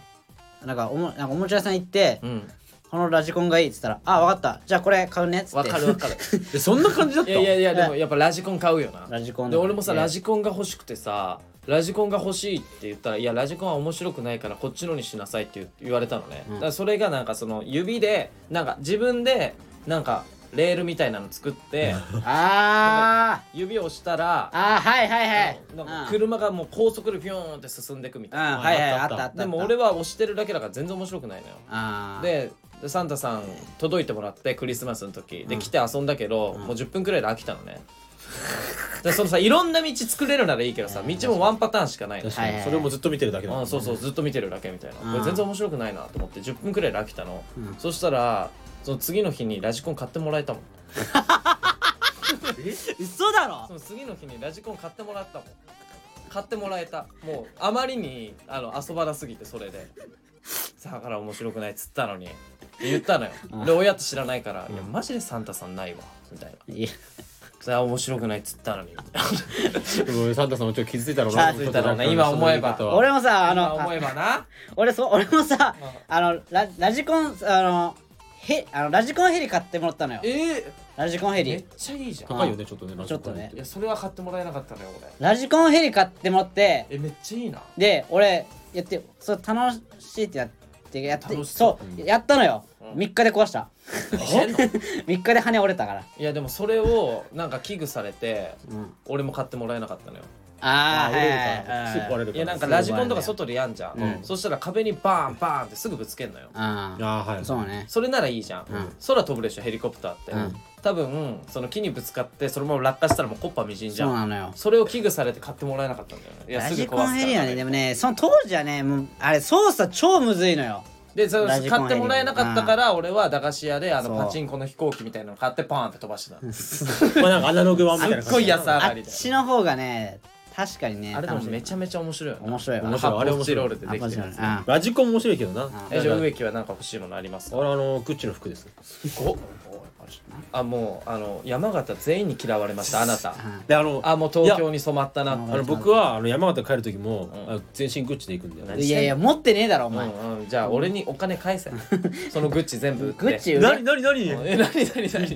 Speaker 1: なんかおもなんかおもちゃ屋さん行って
Speaker 2: うん、
Speaker 1: このラジコンがいいっつったらあわかったじゃあこれ買うねっつ
Speaker 2: わ
Speaker 1: って
Speaker 2: かるわかる
Speaker 3: えそんな感じだっ
Speaker 2: い
Speaker 3: た
Speaker 2: やいやいやで
Speaker 1: う
Speaker 2: もやっぱラジコン買うよな
Speaker 1: ラジコン
Speaker 2: で俺もさラ
Speaker 1: ジ
Speaker 2: ジコンが欲しくてさラジコンが欲しいって言ったら「いやラジコンは面白くないからこっちのにしなさい」って言う言われたのね、
Speaker 1: うん
Speaker 2: だからそれがなんかその指でなんか自分でなんかレールみたいなの作って
Speaker 1: あー
Speaker 2: 指を押したら
Speaker 1: あーはいはいはい
Speaker 2: なんか
Speaker 1: うん
Speaker 2: 車がもう高速でピューンって進んでいくみ
Speaker 1: う
Speaker 2: た
Speaker 1: ん
Speaker 2: いな、
Speaker 1: はいはいあ
Speaker 3: あ
Speaker 1: っ
Speaker 3: ったた
Speaker 1: あったあ
Speaker 3: あった
Speaker 1: った
Speaker 2: でも俺は押してるだけだから全然面白くないのよ
Speaker 1: あー
Speaker 2: ででサンタさん届いてもらってクリスマスの時で来て遊んだけど、もう10分くらいで飽きたのね でそのさいろんな道作れるならいいけどさ道もワンパターンしかないの
Speaker 3: 確か
Speaker 1: はいはいは
Speaker 3: に
Speaker 1: い
Speaker 3: それもずっと見てるだけだ
Speaker 2: うん、そうそうずっと見てるだけみたいなこ
Speaker 1: うん
Speaker 2: れ全然面白くないなと思って10分くらいで飽きたの、
Speaker 1: ん
Speaker 2: そしたらその次の日にラジコン買ってもらえたもん
Speaker 1: 嘘だろ
Speaker 2: その次の日にラジコン買ってもらったもん買ってもらえたもうあまりにあの遊ばなすぎてそれでだから面白くないっつったのに言ったのよで親って知らないから「いやマジでサンタさんないわ」みたいない
Speaker 1: や
Speaker 2: 「それは面白くないっつったのに」
Speaker 3: ごめんサンタさんもちょっと傷ついたろうな
Speaker 1: 傷つ
Speaker 2: いたろうな今思えば
Speaker 3: その言い方は
Speaker 1: 俺もさあ
Speaker 2: 今
Speaker 1: の
Speaker 2: 思えばな
Speaker 1: 俺そう俺もさ
Speaker 2: うん
Speaker 1: あのララジコンあのへあのラジコンヘリ買ってもらったのよ
Speaker 2: ええ
Speaker 1: ラジコンヘ
Speaker 2: め
Speaker 1: リ
Speaker 2: っちゃいいじゃん
Speaker 3: 高いよねちょっとねラジ
Speaker 1: ちょ
Speaker 3: コ
Speaker 1: っとね
Speaker 3: ン
Speaker 2: いやそれは買ってもらえなかったのよ俺
Speaker 1: ラジコンヘリ買ってもらって
Speaker 2: えめっちゃいいな
Speaker 1: で俺やってそう楽しいってやってやって
Speaker 2: 楽し
Speaker 1: そ
Speaker 2: そう
Speaker 1: やったのよ、
Speaker 2: うん
Speaker 1: 3日で壊した
Speaker 2: 何してんの
Speaker 1: 3日で羽折れたから
Speaker 2: いやでもそれをなんか危惧されて
Speaker 1: うん
Speaker 2: 俺も買ってもらえなかったのよ
Speaker 1: ああ、はいはいはい
Speaker 3: 尻尾割れる
Speaker 2: いやなんか
Speaker 1: そうだね
Speaker 2: ラジコンとか外でやんじゃん、
Speaker 1: うん
Speaker 2: そしたら壁にバーンバーンってすぐぶつけんのよ
Speaker 1: ああ
Speaker 3: ああはい
Speaker 1: そうね。
Speaker 2: それならいいじゃん、
Speaker 1: うん
Speaker 2: 空飛ぶでしょヘリコプターって、
Speaker 1: うん
Speaker 2: 多分その木にぶつかってそのまま落下したらもうコッパみじんじゃ
Speaker 1: そうんなのよ
Speaker 2: そ。れを危惧されて買ってもらえなかったんだよねいや
Speaker 1: ラ
Speaker 2: すぐ
Speaker 1: ジ
Speaker 2: 壊すか
Speaker 1: コ
Speaker 2: ら
Speaker 1: ンヘリはね、で
Speaker 2: ね
Speaker 1: もね、その当時はね、もうあれ操作超むずいのよ。
Speaker 2: でその
Speaker 1: ラジコンヘリ
Speaker 2: 買ってもらえなかったから俺は駄菓子屋であの
Speaker 1: そう
Speaker 2: パチンコの飛行機みたいなの買ってパーンって飛ばしてたす
Speaker 3: まあなんかアナログ版みたいな感じ
Speaker 2: っごい安上
Speaker 1: あ
Speaker 2: が
Speaker 1: っ
Speaker 2: りで
Speaker 1: ちの方がね、確かにね、
Speaker 2: あれでも
Speaker 1: 楽しい
Speaker 2: めちゃめちゃ面白いよね
Speaker 1: 面白いよ。
Speaker 3: 面白いあれ面
Speaker 2: チロ
Speaker 3: 白
Speaker 2: ー
Speaker 3: い
Speaker 2: ルでできて
Speaker 1: あ
Speaker 2: るやつ
Speaker 1: 面白いうん
Speaker 3: ラジコン面白いけどな
Speaker 1: あ
Speaker 2: えじゃあ植木は何か欲しいものありますか
Speaker 3: 俺あのグッチの服です
Speaker 2: あもうあの山形全員に嫌われましたあなた
Speaker 1: うん
Speaker 3: であの
Speaker 2: あもう東京に染まった な
Speaker 1: う
Speaker 3: あの僕はあの山形帰る時も
Speaker 2: ん
Speaker 3: あの全身グッチで行くんだよね
Speaker 1: いやいや持ってねえだろお前、
Speaker 2: うんうんじゃあ俺にお金返せそのグッチ全部売って
Speaker 1: グッチ売れ
Speaker 3: 何何何や
Speaker 2: え何何何って
Speaker 3: め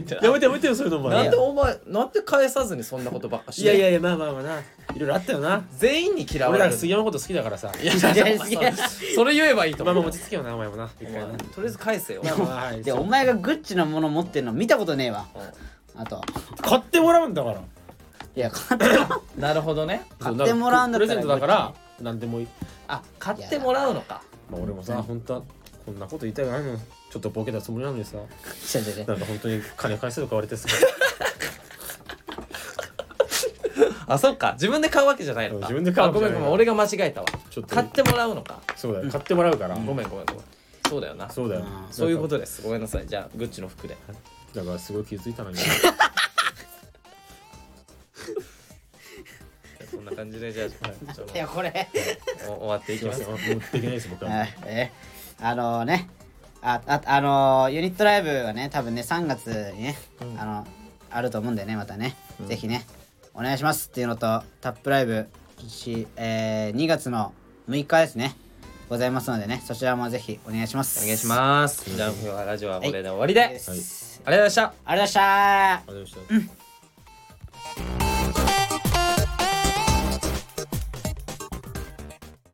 Speaker 3: てやめてよそういうのお
Speaker 2: なん
Speaker 3: 前
Speaker 2: でお前なんで返さずにそんなことばっかし
Speaker 3: い
Speaker 2: て
Speaker 3: や
Speaker 2: る
Speaker 3: いやいやまあまあまあないろいろあったよな
Speaker 2: 全員に嫌わ
Speaker 3: 俺
Speaker 2: れ
Speaker 3: ら
Speaker 2: る
Speaker 3: 杉山のこと好きだからさ
Speaker 2: いや
Speaker 1: いや
Speaker 2: いやいやそれ言えばいいと
Speaker 3: ま
Speaker 2: 思
Speaker 3: あ
Speaker 2: う
Speaker 3: まあ落ち着けよなお前もな一回な
Speaker 2: うんとりあえず返せよ
Speaker 3: まあまあはい
Speaker 1: でお前がグッチのもの持ってるの見たことねえわあと
Speaker 3: 買ってもらうんだから
Speaker 1: いや買っても
Speaker 2: なるほどね
Speaker 1: 買ってもらうんだったら
Speaker 3: プレゼントだから何でもいい
Speaker 2: あ買ってもらうのか
Speaker 3: まあ俺もさ本当はこんなこと言いたくないのちょっとボケたつもりなのにさ
Speaker 1: ちょちょちょ
Speaker 3: なんか本当に金返せとか言われ てさ
Speaker 2: あそっか自分で買うわけじゃないのか
Speaker 3: 自分で買
Speaker 2: あ
Speaker 3: うわけ
Speaker 2: ご
Speaker 3: じ
Speaker 2: め
Speaker 3: ゃ
Speaker 2: ん
Speaker 3: な
Speaker 2: ごめ
Speaker 3: い
Speaker 2: ん俺が間違えたわ
Speaker 3: ちょっと
Speaker 2: 買ってもらうのか
Speaker 3: そうだよ買ってもらうから
Speaker 2: ごめんごめんごめんそうだよな
Speaker 3: そうだよ
Speaker 1: あー
Speaker 2: そういうことですごめんなさいじゃあグッチの服で
Speaker 3: だからすごい気づいたのに
Speaker 2: そんな感じでじゃあ、ちょっ
Speaker 1: いやこれ
Speaker 2: とお終わってい
Speaker 3: す
Speaker 2: き
Speaker 3: い
Speaker 2: ま
Speaker 3: ます せん持っていけないです僕は
Speaker 1: はい えあのねあああのユニットライブはね多分ね3月にね、あのあると思うんでねまたね、ぜひねお願いしますっていうのとタップライブ、しえー、2月の6日ですねございますのでねそちらもぜひお願いします
Speaker 2: お願いしますじゃあ今日はラジオはこれで終わりで、ありがとう
Speaker 1: す
Speaker 2: ございました
Speaker 1: ありがとうございました
Speaker 3: ありがとうございました